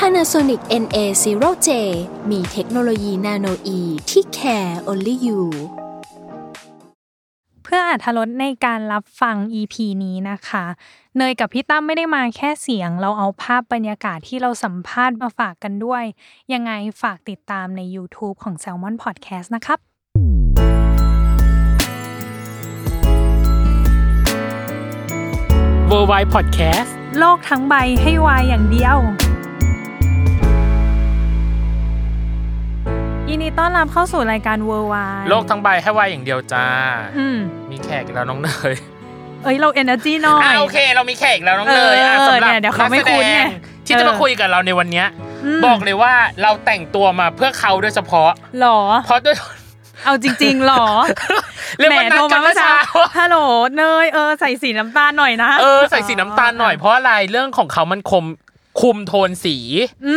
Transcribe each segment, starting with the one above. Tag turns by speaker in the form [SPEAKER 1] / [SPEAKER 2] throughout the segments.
[SPEAKER 1] Panasonic NA0J มีเทคโนโลยีนาโนอีที่ care only you
[SPEAKER 2] เพื่ออาธรตในการรับฟัง EP นี้นะคะ เนยกับพี่ตั้มไม่ได้มาแค่เสียง เราเอาภาพบรรยากาศที่เราสัมภาษณ์มาฝากกันด้วย ยังไงฝากติดตามใน YouTube ของ Salmon Podcast นะครับ
[SPEAKER 3] w o r l d w i d e Podcast
[SPEAKER 2] โลกทั้งใบให้วายอย่างเดียว ยินดีต้อนรับเข้าสู่รายการเวอร์วาย
[SPEAKER 3] โลกทั้งใบให้วายอย่างเดียวจ้า
[SPEAKER 2] อืม
[SPEAKER 3] มีแขกอีกแล้วน้องเนย
[SPEAKER 2] เอ้ย เราเอเนอร์จีน้อย
[SPEAKER 3] อ่าโอเค เรามีแขกอีกแล้วน้องเนยอ่ะ
[SPEAKER 2] เออ
[SPEAKER 3] สำหรับ
[SPEAKER 2] เนี่ยเดี๋ยวเขาไม่คุ้นไง
[SPEAKER 3] กแสดงที่จะมา
[SPEAKER 2] เออ
[SPEAKER 3] คุยกับเราในวันเนี้ย
[SPEAKER 2] ม
[SPEAKER 3] บอกเลยว่าเราแต่งตัวมาเพื่อเขาโดยเฉพาะ
[SPEAKER 2] หรอ
[SPEAKER 3] เพราะด้วย
[SPEAKER 2] เอาจริง ๆ หรอ
[SPEAKER 3] เรียกว่านัดกันเมื่อเช้า
[SPEAKER 2] ฮัลโหลเนยเออใส่สีน้ำตาลหน่อยนะ
[SPEAKER 3] เออใส่สีน้ำตาลหน่อยเพราะอะไรเรื่องของเขามันคมคุมโทนสี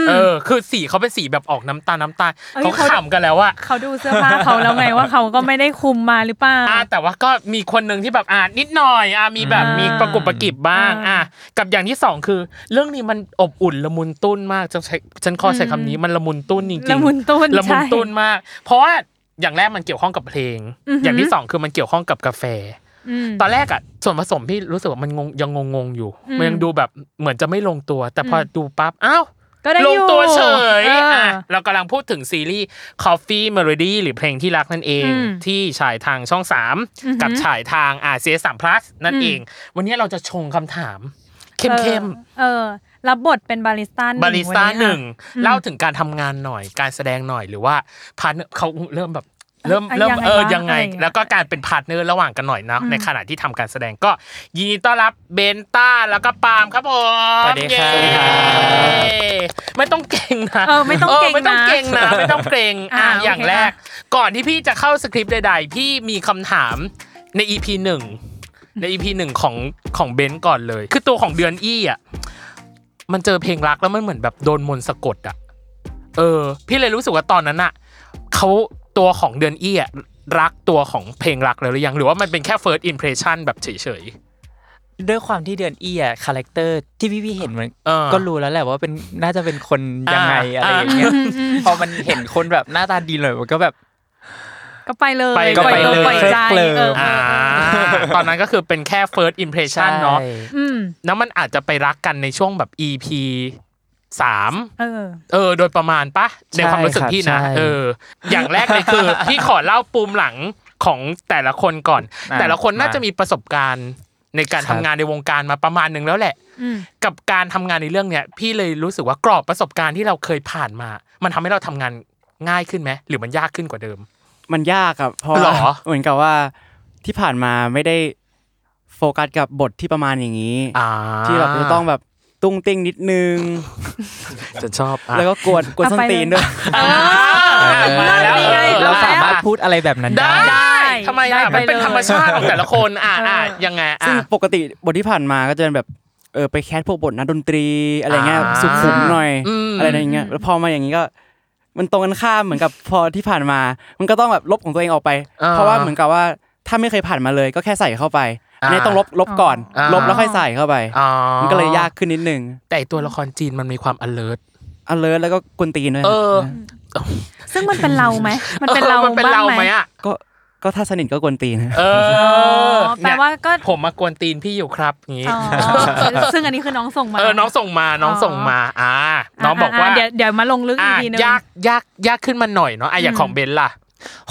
[SPEAKER 3] เออ คือสีเขาเป็นสีแบบออกน้ำตาลน้ำตาล
[SPEAKER 2] อ้ย
[SPEAKER 3] เขาขำกันแล้วอะ
[SPEAKER 2] เขาดูเสื้อผ้าเขาแล้วไงว่าเขาก็ไม่ได้คุมมาหรือเปล่า
[SPEAKER 3] อ่าแต่ว่าก็มีคนหนึ่งที่แบบอ่านิดหน่อยอ่ามีแบบ
[SPEAKER 2] อ่ามี
[SPEAKER 3] มีประกบประกิบบ้าง
[SPEAKER 2] อ่า
[SPEAKER 3] อ่ะกับอย่างที่สองคือ เรื่องนี้มันอบอุ่นละมุนตุ้นมากจะใช้ฉันขอใช้คำนี้มันละมุนตุ้นจริงๆ
[SPEAKER 2] ละมุนตุ้น
[SPEAKER 3] ละมุน
[SPEAKER 2] ใช่
[SPEAKER 3] ตุ้นมาก เพราะว่าอย่างแรกมันเกี่ยวข้องกับเพลง
[SPEAKER 2] อือหือ
[SPEAKER 3] อ
[SPEAKER 2] อ
[SPEAKER 3] ย่างที่สองคือมันเกี่ยวข้องกับกาแฟ
[SPEAKER 2] อืม
[SPEAKER 3] ตอนแรกอะส่วนผสมพี่รู้สึกว่ามันงงยังงงๆอยู่
[SPEAKER 2] อืม
[SPEAKER 3] มันยังดูแบบเหมือนจะไม่ลงตัว แต่พออ
[SPEAKER 2] ม
[SPEAKER 3] ดูปั๊บอ้าว
[SPEAKER 2] ก็ได้
[SPEAKER 3] ล
[SPEAKER 2] อง ยู่
[SPEAKER 3] ตัวเฉย
[SPEAKER 2] ออ
[SPEAKER 3] อ่ะเรากำลังพูดถึงซีรีส์ Coffee Melody หรือเพลงที่รักนั่นเอง
[SPEAKER 2] อืม
[SPEAKER 3] ที่ฉายทางช่อง
[SPEAKER 2] อือหื
[SPEAKER 3] 3
[SPEAKER 2] อ
[SPEAKER 3] กับฉายทางอาเซียสามพลัสนั่น
[SPEAKER 2] อืม
[SPEAKER 3] เอง วันนี้เราจะชงคำถาม เข้ม
[SPEAKER 2] เออ รับบทเป็นบาริสต้าหนึ่
[SPEAKER 3] ๆ
[SPEAKER 2] ง
[SPEAKER 3] บาริสต้า
[SPEAKER 2] วั
[SPEAKER 3] หนึ่ง
[SPEAKER 2] อะ ม
[SPEAKER 3] เล่าถึงการทำงานหน่อย การแสดงหน่อยหรือว่าพาร์ทเนอร์เขาเริ่มแบบเริ่ม
[SPEAKER 2] อ่ะ
[SPEAKER 3] เริ่ม
[SPEAKER 2] ยังไง
[SPEAKER 3] เออ
[SPEAKER 2] วะ
[SPEAKER 3] ยังไง
[SPEAKER 2] อะไรอย่างเงี้ย
[SPEAKER 3] แล้วก็การเป็นพาร์ทเนอร์ระหว่างกันหน่อยนะ
[SPEAKER 2] อืม
[SPEAKER 3] ในขณะที่ทำการแสดงก็ ยินดีต้อนรับเบนต้าแล้วก็ปาล์มครับผม
[SPEAKER 4] สวัสดีครับ
[SPEAKER 3] เย้ไม่ต้องเก่งนะ
[SPEAKER 2] เออไม่ต้องเกรงนะ
[SPEAKER 3] ไม่ต้องเก่งนะไม่ต้องเกรงอ่ะ
[SPEAKER 2] อ่ะโอเค
[SPEAKER 3] อย่างแรก ก่อนที่พี่จะเข้าสคริปต์ใดๆพี่มีคำถามใน EP หนึ่งใน EP หนึ่งของของเบนก่อนเลย คือตัวของเดือนอี้อ่ะมันเจอเพลงรักแล้วมันเหมือนแบบโดนมนต์สะกดอ่ะ เออ พี่เลยรู้สึกว่าตอนนั้นอ่ะเขาตัวของเดือนอี้อ่ะรักตัวของเพลงรักแล้วหรือยังหรือว่ามันเป็นแค่ first impression แบบเฉยๆ
[SPEAKER 4] ด้วยความที่เดือนเอียคาแรคเตอร์ที่พี่พี่ๆเห็นมัน
[SPEAKER 3] เออ
[SPEAKER 4] ก็รู้แล้วแหละว่าเป็นน่าจะเป็นคนยังไง
[SPEAKER 3] อ่า
[SPEAKER 4] อะไรอย่างเงี้ยพอมันเห็นคนแบบหน้าตาดีหน่อยมันก็แบบ
[SPEAKER 2] ก็ไปเลย
[SPEAKER 3] ไปก็ไป
[SPEAKER 2] อ
[SPEAKER 3] เลย
[SPEAKER 2] ปล่อยใจ
[SPEAKER 4] เคลิ้ม
[SPEAKER 2] เออ
[SPEAKER 3] อ่าตอนนั้นก็คือเป็นแค่ first impression เนาะ
[SPEAKER 4] ใช่
[SPEAKER 2] อืม
[SPEAKER 3] แล้วมันอาจจะไปรักกันในช่วงแบบ EP สาม
[SPEAKER 2] เออ
[SPEAKER 3] เออ โดยประมาณปะในความรู้สึกพี่นะ
[SPEAKER 4] ใช่ครับใช่
[SPEAKER 3] เออ อย่างแรกเลยคือ พี่ขอเล่าปูมหลังของแต่ละคนก่อน
[SPEAKER 4] อ่ะ
[SPEAKER 3] แต่ละคนน่า
[SPEAKER 4] มา
[SPEAKER 3] จะมีประสบการณ์ในการ
[SPEAKER 4] ครั
[SPEAKER 3] ทำ
[SPEAKER 4] บ
[SPEAKER 3] งานในวงการมาประมาณหนึ่งแล้วแหละ
[SPEAKER 2] อืม
[SPEAKER 3] กับการทำงานในเรื่องเนี้ย พี่เลยรู้สึกว่ากรอบประสบการณ์ที่เราเคยผ่านมา มันทำให้เราทำงานง่ายขึ้นไหมหรือมันยากขึ้นกว่าเดิม
[SPEAKER 5] มันยากครับเพราะ
[SPEAKER 3] หรอ
[SPEAKER 5] ว่าเหมือนกับว่าที่ผ่านมาไม่ได้โฟกัสกับบทที่ประมาณอย่างนี้
[SPEAKER 3] อ่า
[SPEAKER 5] ที่แบบจะต้องแบบตุ้งติ้งนิดนึง
[SPEAKER 3] จะชอบอ่ะ
[SPEAKER 5] แล้วก็กวนกวน
[SPEAKER 2] เอา
[SPEAKER 5] ส้น
[SPEAKER 2] ไป
[SPEAKER 5] ตีน
[SPEAKER 2] เลย
[SPEAKER 5] ด้วย
[SPEAKER 2] เออ
[SPEAKER 3] มาแล้ว
[SPEAKER 2] นี่ไง
[SPEAKER 4] เราสามารถพูดอะไรแบบนั้น
[SPEAKER 3] ได้
[SPEAKER 4] ได้
[SPEAKER 3] ทำไม
[SPEAKER 2] ได้
[SPEAKER 3] อ่ะ
[SPEAKER 2] ไป
[SPEAKER 3] มันเป็น
[SPEAKER 2] เลย
[SPEAKER 3] ธรรมชาติของแต่ละคนอ่ะ
[SPEAKER 2] เอออ่
[SPEAKER 3] อ่ะยังไง
[SPEAKER 5] ซึ่
[SPEAKER 3] อ่ะ
[SPEAKER 5] งปกติบทที่ผ่านมาก็จะเป็นแบบเออไปแคสพวกบทนักดนตรีอะไรเงี้ย
[SPEAKER 3] อ่า
[SPEAKER 5] สุขุมหน่อย
[SPEAKER 3] อืม
[SPEAKER 5] อะไรอย่างเงี้ยแล้วพอมาอย่างนี้ก็ มันตรงกันข้ามเหมือนกับพอที่ผ่านมา มันก็ต้องแบบลบของตัวเองออกไป เพราะว่าเหมือนกับว่าถ้าไม่เคยผ่านมาเลย ก็แค่ใส่เข้าไปอันนี้ต้องลบลบก่อน
[SPEAKER 3] อ่า
[SPEAKER 5] ลบแล้วค่อยใส่เข้าไป
[SPEAKER 3] อ๋อ
[SPEAKER 5] มันก็เลยยากขึ้นนิดนึง
[SPEAKER 3] แต่ตัวละครจีนมันมีความ alert
[SPEAKER 5] อเลิร์แล้วก็กวนตีนด้วย
[SPEAKER 3] เออ
[SPEAKER 2] ซึ่งมันเป็นเราไหมมันเป็น
[SPEAKER 3] ออ
[SPEAKER 2] เรา
[SPEAKER 3] มันเป็นเรา
[SPEAKER 2] บ้าง
[SPEAKER 3] ไหมอ่ะ
[SPEAKER 5] ก็ก็ถ้าสนิทก็กวนตีน
[SPEAKER 3] เอ
[SPEAKER 2] อ๋
[SPEAKER 3] อ
[SPEAKER 2] อแปลว่าก็
[SPEAKER 3] เนี่ยผมมากวนตีนพี่อยู่ครับอย่างงี้
[SPEAKER 2] อ๋อซึ่งอันนี้คือน้องส่งมา
[SPEAKER 3] เออน้องส่งมาน้องส่งมาอ่าน้องบอกว่า
[SPEAKER 2] ะะะเดี๋ยวเดี๋ยวมาลงลึกอี
[SPEAKER 3] อ่ะ
[SPEAKER 2] กทีนึง
[SPEAKER 3] ยากยากยากขึ้นมาหน่อยเนาะอ่ะอย่าง
[SPEAKER 2] อืม
[SPEAKER 3] ของเบนล่ะ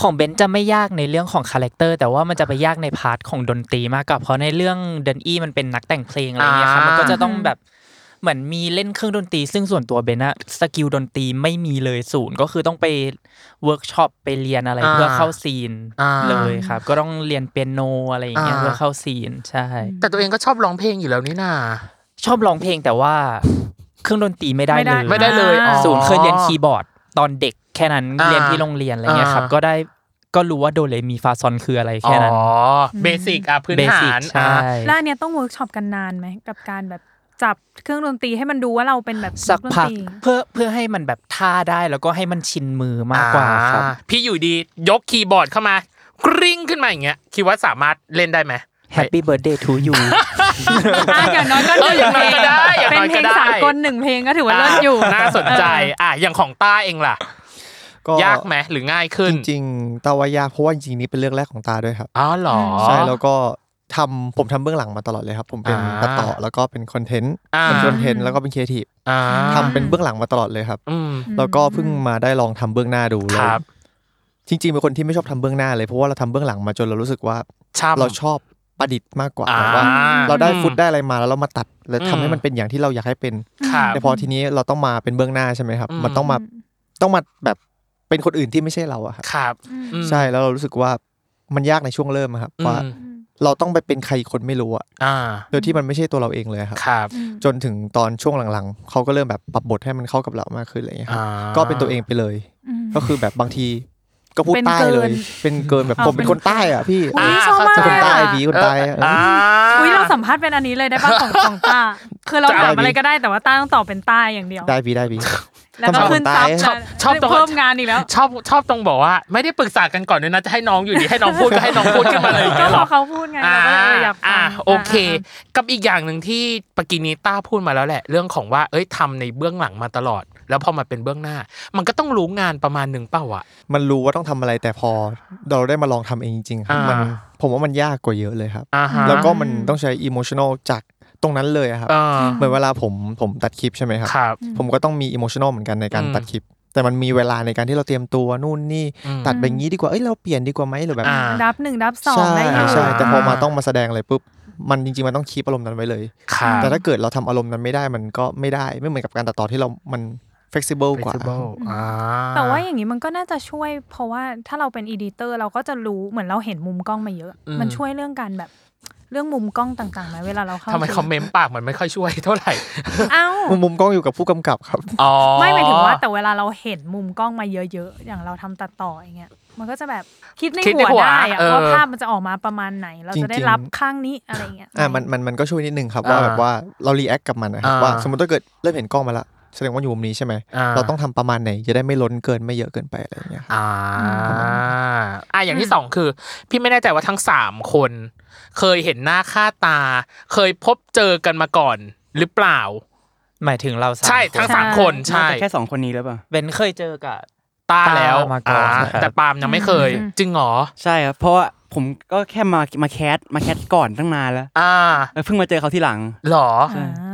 [SPEAKER 4] ของเบนซ์จะไม่ยากในเรื่องของคาแรคเตอร์แต่ว่ามันจะไปยากในพาร์ทของดนตรีมากกว่าเพราะในเรื่องเดนอี้มันเป็นนักแต่งเพลงอะไรเงี้ยครับ
[SPEAKER 3] อ่ามั
[SPEAKER 4] มันก็จะต้องแบบเหมือนมีเล่นเครื่องดนตรี ซึ่งส่วนตัวเบนซ์อะสกิลดนตรีไม่มีเลยศูนย์ก็คือต้องไปเวิร์กช็อปไปเรียนอะไรเพื่อเข้าซีน
[SPEAKER 3] อ่า
[SPEAKER 4] เลยครับ ก็ต้องเรียนเปียโนอะไรอย่างเงี้ย
[SPEAKER 3] อ่า
[SPEAKER 4] เพื่อเข้าซีนใช่
[SPEAKER 3] แต่ตัวเองก็ชอบร้องเพลงอยู่แล้วนี่นา
[SPEAKER 4] ชอบร้องเพลงแต่ว่าเครื่องดนตรีไม่ได้
[SPEAKER 2] ไม่ได้
[SPEAKER 4] เลย
[SPEAKER 3] ไม่ได้เลยอ๋อ
[SPEAKER 4] ศูนย์เคยเรียนคีย์บอร์ด ตอนเด็กแค่นั้น
[SPEAKER 3] อ่า
[SPEAKER 4] เรียนที่โรงเรียนอะไรเงี้ยครับ
[SPEAKER 3] อ่า
[SPEAKER 4] ก็ได้ก็รู้ว่าโดเรมีฟาซอนคืออะไร
[SPEAKER 3] อ๋
[SPEAKER 4] แค่นั้น
[SPEAKER 3] อเบสิกอ่ะพื้น
[SPEAKER 4] Basic
[SPEAKER 3] ฐาน
[SPEAKER 4] ใช่
[SPEAKER 3] อ่ะ
[SPEAKER 2] แล้วอันเนี้ยต้องเวิร์กช็อปกันนานไหมกับการแบบจับเครื่องดนตรีให้มันดูว่าเราเป็นแบบ
[SPEAKER 4] สักพั
[SPEAKER 2] นัดนต
[SPEAKER 4] ก
[SPEAKER 2] รี
[SPEAKER 4] เพื่อเพื่อให้มันแบบท่าได้แล้วก็ให้มันชินมือมากกว่าครับ
[SPEAKER 3] อ่าพี่อยู่ดียกคีย์บอร์ดเข้ามากริ้งขึ้นมาอย่างเงี้ยคิดว่าสามารถเล่นได้ไหม
[SPEAKER 4] Happy birthday to you
[SPEAKER 2] อ่ะอย่างน้อยก็หนึ่ง
[SPEAKER 3] เอออย่าง
[SPEAKER 2] เพ
[SPEAKER 3] น้
[SPEAKER 2] ลง
[SPEAKER 3] อยก็ได้อย่าง
[SPEAKER 2] เป็น
[SPEAKER 3] น้อย
[SPEAKER 2] เพ
[SPEAKER 3] ก็
[SPEAKER 2] ลง
[SPEAKER 3] ได้
[SPEAKER 2] สากลหนึ่งเพลงก็ถือว่าเลิศอยู่
[SPEAKER 3] อ่ะน่าสน ใจอ่ะอย่างของต้าเองล่ะ ยากไหมหรือง่ายขึ้น
[SPEAKER 6] จริงๆตาว่ายากเพราะว่าจริงๆนี่เป็นเรื่องแรกของตาด้วยครับ
[SPEAKER 3] อ๋อเหรอ
[SPEAKER 6] ใช่แล้วก็ทำผมทำเบื้องหลังมาตลอดเลยครับ ผมเป็น
[SPEAKER 3] อ่า
[SPEAKER 6] ตัดต่อแล้วก็เป็นคอนเทนต์
[SPEAKER 3] อ่า
[SPEAKER 6] เป็นคอนเทนต์แล้วก็เป็นครีเอทีฟ
[SPEAKER 3] อ่า
[SPEAKER 6] ทำเป็นเบื้องหลังมาตลอดเลยครับ
[SPEAKER 3] อืม
[SPEAKER 6] แล้วก็เพิ่งมาได้ลองทำเบื้องหน้าดู
[SPEAKER 3] ครับ
[SPEAKER 6] จริงๆเป็นคนที่ไม่ชอบทำเบื้องหน้าเลยเพราะว่าเราทำเบื้องหลังมาจนเรารู้สึกว่า
[SPEAKER 3] ชอบ
[SPEAKER 6] เราชอบประดิษฐ์มากกว่า
[SPEAKER 3] อ่า
[SPEAKER 6] แบบว่า เราได้ฟุต
[SPEAKER 3] อืม
[SPEAKER 6] ได้อะไรมาแล้วเรามาตัดแล้ว
[SPEAKER 3] อืม
[SPEAKER 6] ทำให้มันเป็นอย่างที่เราอยากให้เป็น
[SPEAKER 3] ครับ
[SPEAKER 6] แต่พอทีนี้เราต้องมาเป็นเบื้องหน้าใช่ไหมครับ
[SPEAKER 3] อืม
[SPEAKER 6] มันต้องมาต้องมาแบบเป็นคนอื่นที่ไม่ใช่เราอะครับ
[SPEAKER 3] ครับอืม
[SPEAKER 6] ใช่แล้วเรารู้สึกว่ามันยากในช่วงเริ่มอะครับ
[SPEAKER 3] อืม
[SPEAKER 6] ว่าเราต้องไปเป็นใครคนไม่รู้อะ
[SPEAKER 3] อ่า
[SPEAKER 6] โดยที่มันไม่ใช่ตัวเราเองเลยครับ
[SPEAKER 3] ครับ
[SPEAKER 6] จนถึงตอนช่วงหลังๆเขาก็เริ่มแบบปรับบทให้มันเข้ากับเรามากขึ้นอะไรอย่างเงี้ยครับ
[SPEAKER 3] อ่า
[SPEAKER 6] ก็เป็นตัวเองไปเลย ก็คือแบบบางทีก็พูด
[SPEAKER 2] เป็น
[SPEAKER 6] ใต้เลย
[SPEAKER 2] เกิน
[SPEAKER 6] เป็นเกินแบบ
[SPEAKER 2] เอา
[SPEAKER 6] ผมเป็น
[SPEAKER 2] เป็น
[SPEAKER 6] คนใต้อ่ะพี่
[SPEAKER 2] อุ้ย
[SPEAKER 3] อ่า
[SPEAKER 2] ชอบมาก
[SPEAKER 6] เป็นคน
[SPEAKER 2] อ่ะ
[SPEAKER 6] ใต้พี่คนใต้อะ
[SPEAKER 3] อ่า
[SPEAKER 2] อุ้ยเราสัมภาษณ์เป็นอันนี้เลยได้ป่ะของของต้าคือเรา
[SPEAKER 3] จะ
[SPEAKER 2] ถาม
[SPEAKER 6] ได้ดิ
[SPEAKER 2] อะไรก็ได้แต่ว่าต้าต้องตอบเป็นต้าอย่างเดียว
[SPEAKER 6] ได้พี่ได้พี่
[SPEAKER 2] แล้วก็
[SPEAKER 6] ต้อง
[SPEAKER 2] ขึ้นซับ
[SPEAKER 6] ชอบ
[SPEAKER 2] นะ
[SPEAKER 3] ชอบตอน
[SPEAKER 2] เพิ่มงานอีกแล้ว
[SPEAKER 3] ชอบชอบตรงบอกว่า ไม่ได้ปรึกษากันก่อนด้วยนะจะให้น้องอยู่ดีให้น้องพูดก็ให้น้องพูดขึ้นมาเลยอย่าง
[SPEAKER 2] ก็
[SPEAKER 3] เงี้ย
[SPEAKER 2] พ
[SPEAKER 3] เหร
[SPEAKER 2] อ
[SPEAKER 3] อ
[SPEAKER 2] เขาพูดไง
[SPEAKER 3] อ่า
[SPEAKER 2] เราก็เลยอยากฟั
[SPEAKER 3] อ่าง โอเค กับอีกอย่างหนึ่งที่ปกินีต้าพูดมาแล้วแหละ เรื่องของว่าเอ้ยทำในเบื้องหลังมาตลอด แล้วพอมาเป็นเบื้องหน้า มันก็ต้องรู้งานประมาณหนึ่งเปล่าอ่ะ
[SPEAKER 6] มันรู้ว่าต้องทำอะไรแต่พอเราได้มาลองทำเองจริงๆครับ
[SPEAKER 3] อ่ามั
[SPEAKER 6] มันผมว่ามันยากกว่าเยอะเลยครับ
[SPEAKER 3] อ่าฮะ
[SPEAKER 6] แล้วก็มันต้องใช้อิโมชันอลจากตรงนั้นเลยอะครับ
[SPEAKER 3] เออ
[SPEAKER 6] เหมือนเวลาผมผมตัดคลิปใช่ไหมครับ
[SPEAKER 3] ครับ
[SPEAKER 6] ผมก็ต้องมีอิโมชันอลเหมือนกันในการ
[SPEAKER 3] อืม
[SPEAKER 6] ตัดคลิป แต่มันมีเวลาในการที่เราเตรียมตัวนู่นนี่
[SPEAKER 3] อืม
[SPEAKER 6] ตัดแบบนี้ดีกว่าเอ้ยเราเปลี่ยนดีกว่าไหมหรือแบบ
[SPEAKER 3] อ่า
[SPEAKER 2] อ่าดับหนึ่งดับสอง
[SPEAKER 6] ใช่
[SPEAKER 2] ได้อยู่
[SPEAKER 6] ใช่แต่พอมา
[SPEAKER 3] อ่า
[SPEAKER 6] ต้องมาแสดงอะไรปุ๊บมันจริง ๆ มันต้องคีปอารมณ์นั้นไว้เลย
[SPEAKER 3] ครับ
[SPEAKER 6] แต่ถ้าเกิดเราทำอารมณ์นั้นไม่ได้มันก็ไม่ได้ไม่เหมือนกับการตัดต่อที่เรามัน flexible กว่า
[SPEAKER 3] flexible อ่า
[SPEAKER 2] แต่ว่าอย่างนี้มันก็น่าจะช่วย เพราะว่าถ้าเราเป็นอีดิเตอร์เราก็จะรู้เหมือนเราเห็นมุมกล้องมาเยอะ
[SPEAKER 3] อืม
[SPEAKER 2] มันช่วยเรื่องการแบบเรื่องมุมกล้องต่างๆไหมเวลาเราเข้า
[SPEAKER 3] ทำไมคอมเมนต์ปากมันไม่ค่อยช่วยเท่าไหร่
[SPEAKER 2] เอ้า
[SPEAKER 6] มุมมุมกล้องอยู่กับผู้กำกับครับ
[SPEAKER 3] อ๋อ
[SPEAKER 2] ไม่หมายถึงว่าแต่เวลาเราเห็นมุมกล้องมาเยอะๆ อย่างเราทำตัดต่ออย่างเงี้ยมันก็จะแบบคิดในหัวได้อะว่าภาพมันจะออกมาประมาณไหน เราจะได้รับข้างนี้อะไรเงี้ย
[SPEAKER 6] อ่ะมันมันมันก็ช่วยนิดนึงครับว่า
[SPEAKER 3] อ่า
[SPEAKER 6] แบบว่าเรารีแอคกับมันนะครับ
[SPEAKER 3] อ่า
[SPEAKER 6] ว่าสมมติถ้าเกิดเริ่มเห็นกล้องมาละแสดงว่าอยู่มุมนี้ใช่ไหม
[SPEAKER 3] อ่า
[SPEAKER 6] เราต้องทำประมาณไหนจะได้ไม่ล้นเกินไม่เยอะเกินไปอะไรอย่างเงี้ยครับ
[SPEAKER 3] อ่าอ่าอย่างที่สองคือ พี่ไม่แน่ใจว่าทั้งสามคน เคยเห็นหน้าค่าตา เคยพบเจอกันมาก่อน หรือเปล่า
[SPEAKER 4] หมายถึงเราสาม
[SPEAKER 3] ใช่
[SPEAKER 4] คน
[SPEAKER 3] ทั้งสามคน
[SPEAKER 5] น่า
[SPEAKER 3] ใช่
[SPEAKER 5] จะแค่สองคนนี้หรือเปล่า
[SPEAKER 4] เบนเคยเจอกับ
[SPEAKER 3] ตาแล้ว
[SPEAKER 4] ตามาก่อน
[SPEAKER 3] อ่า
[SPEAKER 4] ครับ
[SPEAKER 3] แต่ปาล์มยังไม่เคย จึงเหรอ
[SPEAKER 5] ใช่ครับ เพราะว่าผมก็แค่มามาแคสมาแคสก่อนตั้งนานแล้ว
[SPEAKER 3] อ่า
[SPEAKER 5] เออเพิ่งมาเจอเขาที่หลัง
[SPEAKER 3] เหรอ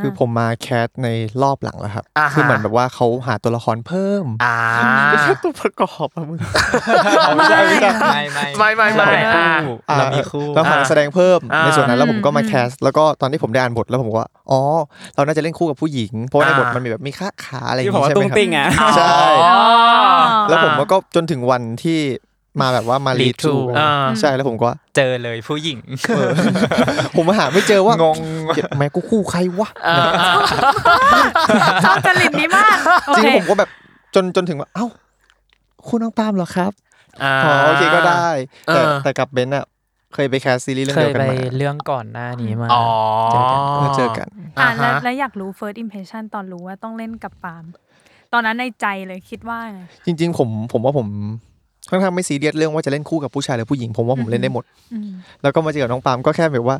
[SPEAKER 6] คือ ผมมาแคสในรอบหลังแล้วครับ
[SPEAKER 3] อ่าฮะ
[SPEAKER 6] คือเหมือนแบบว่าเขาหาตัวละครเพิ่ม
[SPEAKER 3] อ่า
[SPEAKER 6] ไม่ใช่ตัวประกอบอะมึง
[SPEAKER 4] ไม่ไม่
[SPEAKER 3] ไม่ไม่ไม่อ่า
[SPEAKER 6] อ่
[SPEAKER 4] เรามีคู่
[SPEAKER 6] เราหานักแสดงเพิ่ม
[SPEAKER 3] อ่า
[SPEAKER 6] ในส่วนนั้นแล้วผมก็มา
[SPEAKER 2] อืม
[SPEAKER 6] แคสแล้วก็ตอนที่ผมได้อ่านบทแล้วผมก็ว่าอ๋อเราน่าจะเล่นคู่กับผู้หญิง เพราะว่าใน
[SPEAKER 3] อ่า
[SPEAKER 6] บทมันมีแบบมีค่าขาอะไรอย่า
[SPEAKER 5] ที่
[SPEAKER 6] ง
[SPEAKER 5] ผม
[SPEAKER 6] งี้
[SPEAKER 5] ว่า
[SPEAKER 6] ใช่ไห
[SPEAKER 5] ตุ้ง
[SPEAKER 6] มครับ
[SPEAKER 5] ติ้งอ่ะ
[SPEAKER 6] ใช่
[SPEAKER 3] อ๋อ
[SPEAKER 6] แล้วผมก็จนถึงวันที่มาแบบว่ามารีทู
[SPEAKER 3] อ่า
[SPEAKER 6] ใช่แล้วผมก็
[SPEAKER 4] เจอเลยผู้หญิง
[SPEAKER 6] ผมหาไม่เจอว่าง
[SPEAKER 4] ง
[SPEAKER 6] เจ็บแม่กูคู่ใครวะ
[SPEAKER 3] อ่าอ่า
[SPEAKER 2] ชอบจริตนี้มากโอ
[SPEAKER 6] จริ
[SPEAKER 2] เค
[SPEAKER 6] งๆผมก็แบบจนจนถึงว่าเอ้า คุณน้องปาล์มเหรอครับ
[SPEAKER 3] อ่า
[SPEAKER 6] อ๋อโอเคก็ได้ แต่
[SPEAKER 3] เออ
[SPEAKER 6] แต่กับเบนซ์อะเคยไปแคสซีรีส์เรื่อง
[SPEAKER 4] เค
[SPEAKER 6] เดีย
[SPEAKER 4] ยว
[SPEAKER 6] กัน
[SPEAKER 4] ไป
[SPEAKER 6] มา
[SPEAKER 4] เรื่องก่อนหน้านี้มา
[SPEAKER 3] อ๋อ
[SPEAKER 6] ก็เจอกัน
[SPEAKER 2] อ่า
[SPEAKER 3] อ่า
[SPEAKER 2] แล้ว
[SPEAKER 3] ฮะ
[SPEAKER 2] แล้วอยากรู้ first impression ตอนรู้ว่าต้องเล่นกับปาล์มตอนนั้นในใจเลยคิดว่าไง
[SPEAKER 6] จริง ๆ ผมผมว่าผมค่อนข้างไม่ซีเรียสเรื่องว่าจะเล่นคู่กับผู้ชายหรือผู้หญิง ผมว่าผมเล่นได้หมด
[SPEAKER 2] อืม
[SPEAKER 6] แล้วก็มาเจอกับน้องปาล์มก็แค่แบบว่า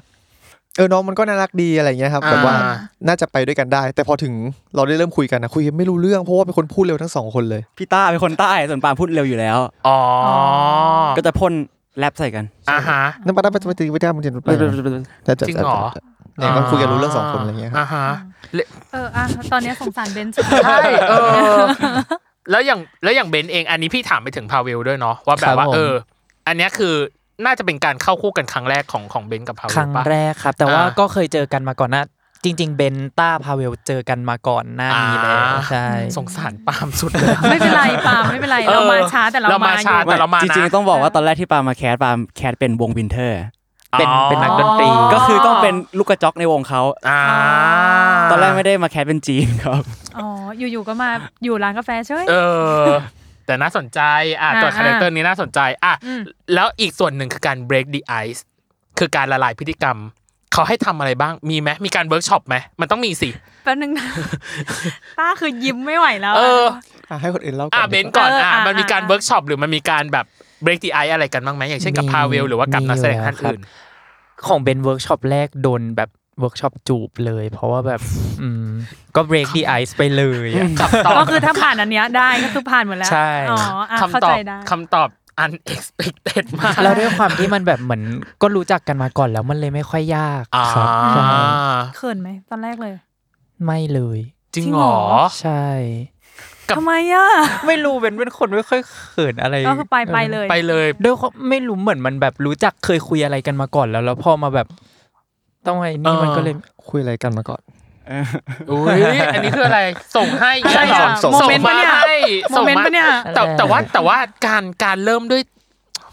[SPEAKER 6] เออน้องมันก็น่ารักดีอะไรอย่างเงี้ยครับแบบว่า
[SPEAKER 3] อ่า
[SPEAKER 6] น่าจะไปด้วยกันได้ แต่พอถึงเราได้เริ่มคุยกันนะคุยกันไม่รู้เรื่องเพราะว่าเป็นคนพูดเร็วทั้งสองคนเลย
[SPEAKER 5] พี่ต้าเป็นคนใต้ส่วนปาล์มพูดเร็วอยู่แล้ว
[SPEAKER 3] อ๋อ
[SPEAKER 5] ก็จะพ่นแรปใส่กัน
[SPEAKER 3] อ่าฮะ
[SPEAKER 6] นั่นปะนั่นปะไม่ตีไม่ได้มันจะไปจ
[SPEAKER 3] จริงเหรอ
[SPEAKER 6] เนี่ยก็คุยกันรู้เรื่องสองคนอะไรเงี้ยครับ
[SPEAKER 3] อ่าฮะ
[SPEAKER 2] เอออ่ะตอนเนี้ยสงสารเบนซ์
[SPEAKER 3] ใช่เออแล้วอย่างแล้วอย่างเบนเองอันนี้พี่ถามไปถึงพาเวลด้วยเนาะว่าแบบว่า เออ อันเนี้ยคือน่าจะเป็นการเข้าคู่กันครั้งแรกของของเบนกับพาเวล
[SPEAKER 4] ครั้ง
[SPEAKER 3] ปะ
[SPEAKER 4] แรกครับ แต่ว่า
[SPEAKER 3] อ่า
[SPEAKER 4] ก็เคยเจอกันมาก่อนหน้า จริง ๆ เบนต้าพาเวลเจอกันมาก่อนหน้านี้แล้ว
[SPEAKER 3] อ่า
[SPEAKER 4] ใช่
[SPEAKER 3] สงสารปาล์มสุดเลยอะ
[SPEAKER 2] ไม่เป็นไรปาล์มไม่เป็นไร เรามาช้าแต่เรา
[SPEAKER 3] เรา
[SPEAKER 2] มา
[SPEAKER 3] มา
[SPEAKER 2] อยู่
[SPEAKER 3] ช้า แต่เรนะ
[SPEAKER 5] จริงๆต้องบอกว่าตอนแรกที่ปาล์มมาแคสปาล์มแคสเป็นวงวินเทอร์
[SPEAKER 4] เป็น
[SPEAKER 3] อ๋อ
[SPEAKER 4] เป็นนักดนตรี
[SPEAKER 5] ก็คือต้องเป็นลูกกระจอกในวงเขา
[SPEAKER 3] อ่า
[SPEAKER 5] ตอนแรกไม่ได้มาแคสเป็นจีนครับ
[SPEAKER 2] อ๋ออยู่ๆก็มาอยู่ร้านกาแฟเฉย
[SPEAKER 3] เออ แต่น่าสนใจอ่ะ
[SPEAKER 2] อ่า
[SPEAKER 3] ตัวคาแรคเตอร์นี้น่าสนใจอ่ะ
[SPEAKER 2] อืม
[SPEAKER 3] แล้วอีกส่วนหนึ่งคือการ break the ice คือการละลายพฤติกรรม เขาให้ทำอะไรบ้างมีไหมมีการเวิร์กช็อปไหมมันต้องมีสิ
[SPEAKER 2] แป๊บนึงนะ ต้าคือยิ้มไม่ไหวแล้ว
[SPEAKER 3] เอ
[SPEAKER 2] ะ
[SPEAKER 3] อ
[SPEAKER 6] อ่ะให้คนอื่นเล่าก่อน
[SPEAKER 3] อ่ะ
[SPEAKER 6] ดี
[SPEAKER 3] เบ
[SPEAKER 6] กว่า
[SPEAKER 3] นก่อน
[SPEAKER 2] เออ
[SPEAKER 3] อ่ะ
[SPEAKER 2] อ่ะ
[SPEAKER 3] มันมีการ
[SPEAKER 2] อ่ะ
[SPEAKER 3] เวิร์กช็อปหรือมันมีการแบบ break the ice อะไรกันบ้างไหมอย่างเช่นกับ
[SPEAKER 4] มี
[SPEAKER 3] พาเวลหรือว่ากับ
[SPEAKER 4] มี
[SPEAKER 3] นักแสดง
[SPEAKER 4] อยู่แล้ว
[SPEAKER 3] ท่าน
[SPEAKER 4] ครับ
[SPEAKER 3] อื่น
[SPEAKER 4] ของเบนเวิร์กช็อปแรกโดนแบบเวิร์กช็อปจูบเลย เพราะว่าแบบ อืม ก็เบรกดีไอซ์ไปเลยอะ
[SPEAKER 2] ก็คือถ้าผ่านอันเนี้ยได้ก็คือผ่านหมดแล้ว
[SPEAKER 4] ใช่
[SPEAKER 2] อ๋ออ่ะเข้า
[SPEAKER 3] คำตอ
[SPEAKER 2] ใจ
[SPEAKER 3] บ
[SPEAKER 2] ได้
[SPEAKER 3] คำตอบ unexpected มาก
[SPEAKER 4] แล้วด้วยความที่มันแบบเหมือนก็รู้จักกันมาก่อนแล้วมันเลยไม่ค่อยยาก
[SPEAKER 3] อ่า
[SPEAKER 4] ครับใช่
[SPEAKER 2] เขินไหมตอนแรกเลย
[SPEAKER 4] ไม่เลย
[SPEAKER 3] จริงเหรอ
[SPEAKER 4] ใช่
[SPEAKER 3] กับ
[SPEAKER 2] ทำไมอ่ะ
[SPEAKER 4] ไม่รู้เป็นเป็นคนไม่ค่อยเขินอะไร
[SPEAKER 2] ก็คือไปไปเลย
[SPEAKER 3] ไปเลย
[SPEAKER 4] ด้วยความไม่รู้เหมือนมันแบบรู้จักเคยคุยอะไรกันมาก่อนแล้ว แล้วพอมาแบบ ต้องไอ้นี่
[SPEAKER 3] เออ
[SPEAKER 4] มันก็เลย
[SPEAKER 6] คุยอะไรกันมาก่อน
[SPEAKER 3] อุ้ยอันนี้คืออะไร ส่งให้
[SPEAKER 2] ใช่
[SPEAKER 3] หรอ
[SPEAKER 2] อะโมเมนต์ปะ
[SPEAKER 3] มา
[SPEAKER 2] เนี่ย
[SPEAKER 3] ให้
[SPEAKER 2] โมเมนต์ปะเนี่ย
[SPEAKER 3] ส่งมาแต่แต่ว่าแต่ว่าการการเริ่มด้วย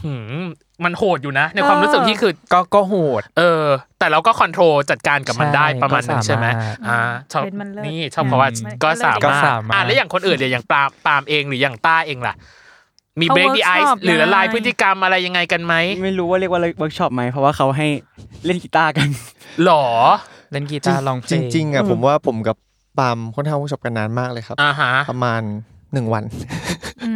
[SPEAKER 3] หืมมันโหดอยู่นะ ในความรู้สึกที่คือ
[SPEAKER 4] ก็ก็โหด
[SPEAKER 3] เออ แต่เราก็คอนโทรลจัดการกับมันได้
[SPEAKER 4] ใช่
[SPEAKER 3] ประมาณนึงใช่ไหม
[SPEAKER 4] ก็สามารถ
[SPEAKER 3] อ่าชอบ
[SPEAKER 2] เป็นมันเลิศ
[SPEAKER 3] นี่ชอบเพราะว่า
[SPEAKER 4] อืม
[SPEAKER 3] ก็สา
[SPEAKER 4] ก็
[SPEAKER 3] มารถ
[SPEAKER 4] สามารถ
[SPEAKER 3] อ่าแล้วอย่างคนอื่นเนี่ยอย่างปาล์มปาล์มเองหรืออย่างต้าเองล่ะ มี
[SPEAKER 2] เขา
[SPEAKER 3] เบรกดีไอ
[SPEAKER 2] workshop
[SPEAKER 3] ซ์หรือละลาย
[SPEAKER 2] ยังไง
[SPEAKER 3] พฤติกรรมอะไรยังไงกันไหม
[SPEAKER 5] ไม่รู้ว่าเรียกว่าเวิร์กช็อปไหมเพราะว่าเขาให้เล่นกีตาร์กัน
[SPEAKER 3] หรอ
[SPEAKER 4] เล่นกีตาร์ลองเพล
[SPEAKER 6] จริง
[SPEAKER 4] ง
[SPEAKER 6] จริงๆอ่ะผมว่าผมกับปาล์มค่อนข้างเวิร์กช็อปกันนานมากเลยครับ
[SPEAKER 3] อ่าฮะ
[SPEAKER 6] ประมาณหนึ่งวัน
[SPEAKER 2] อื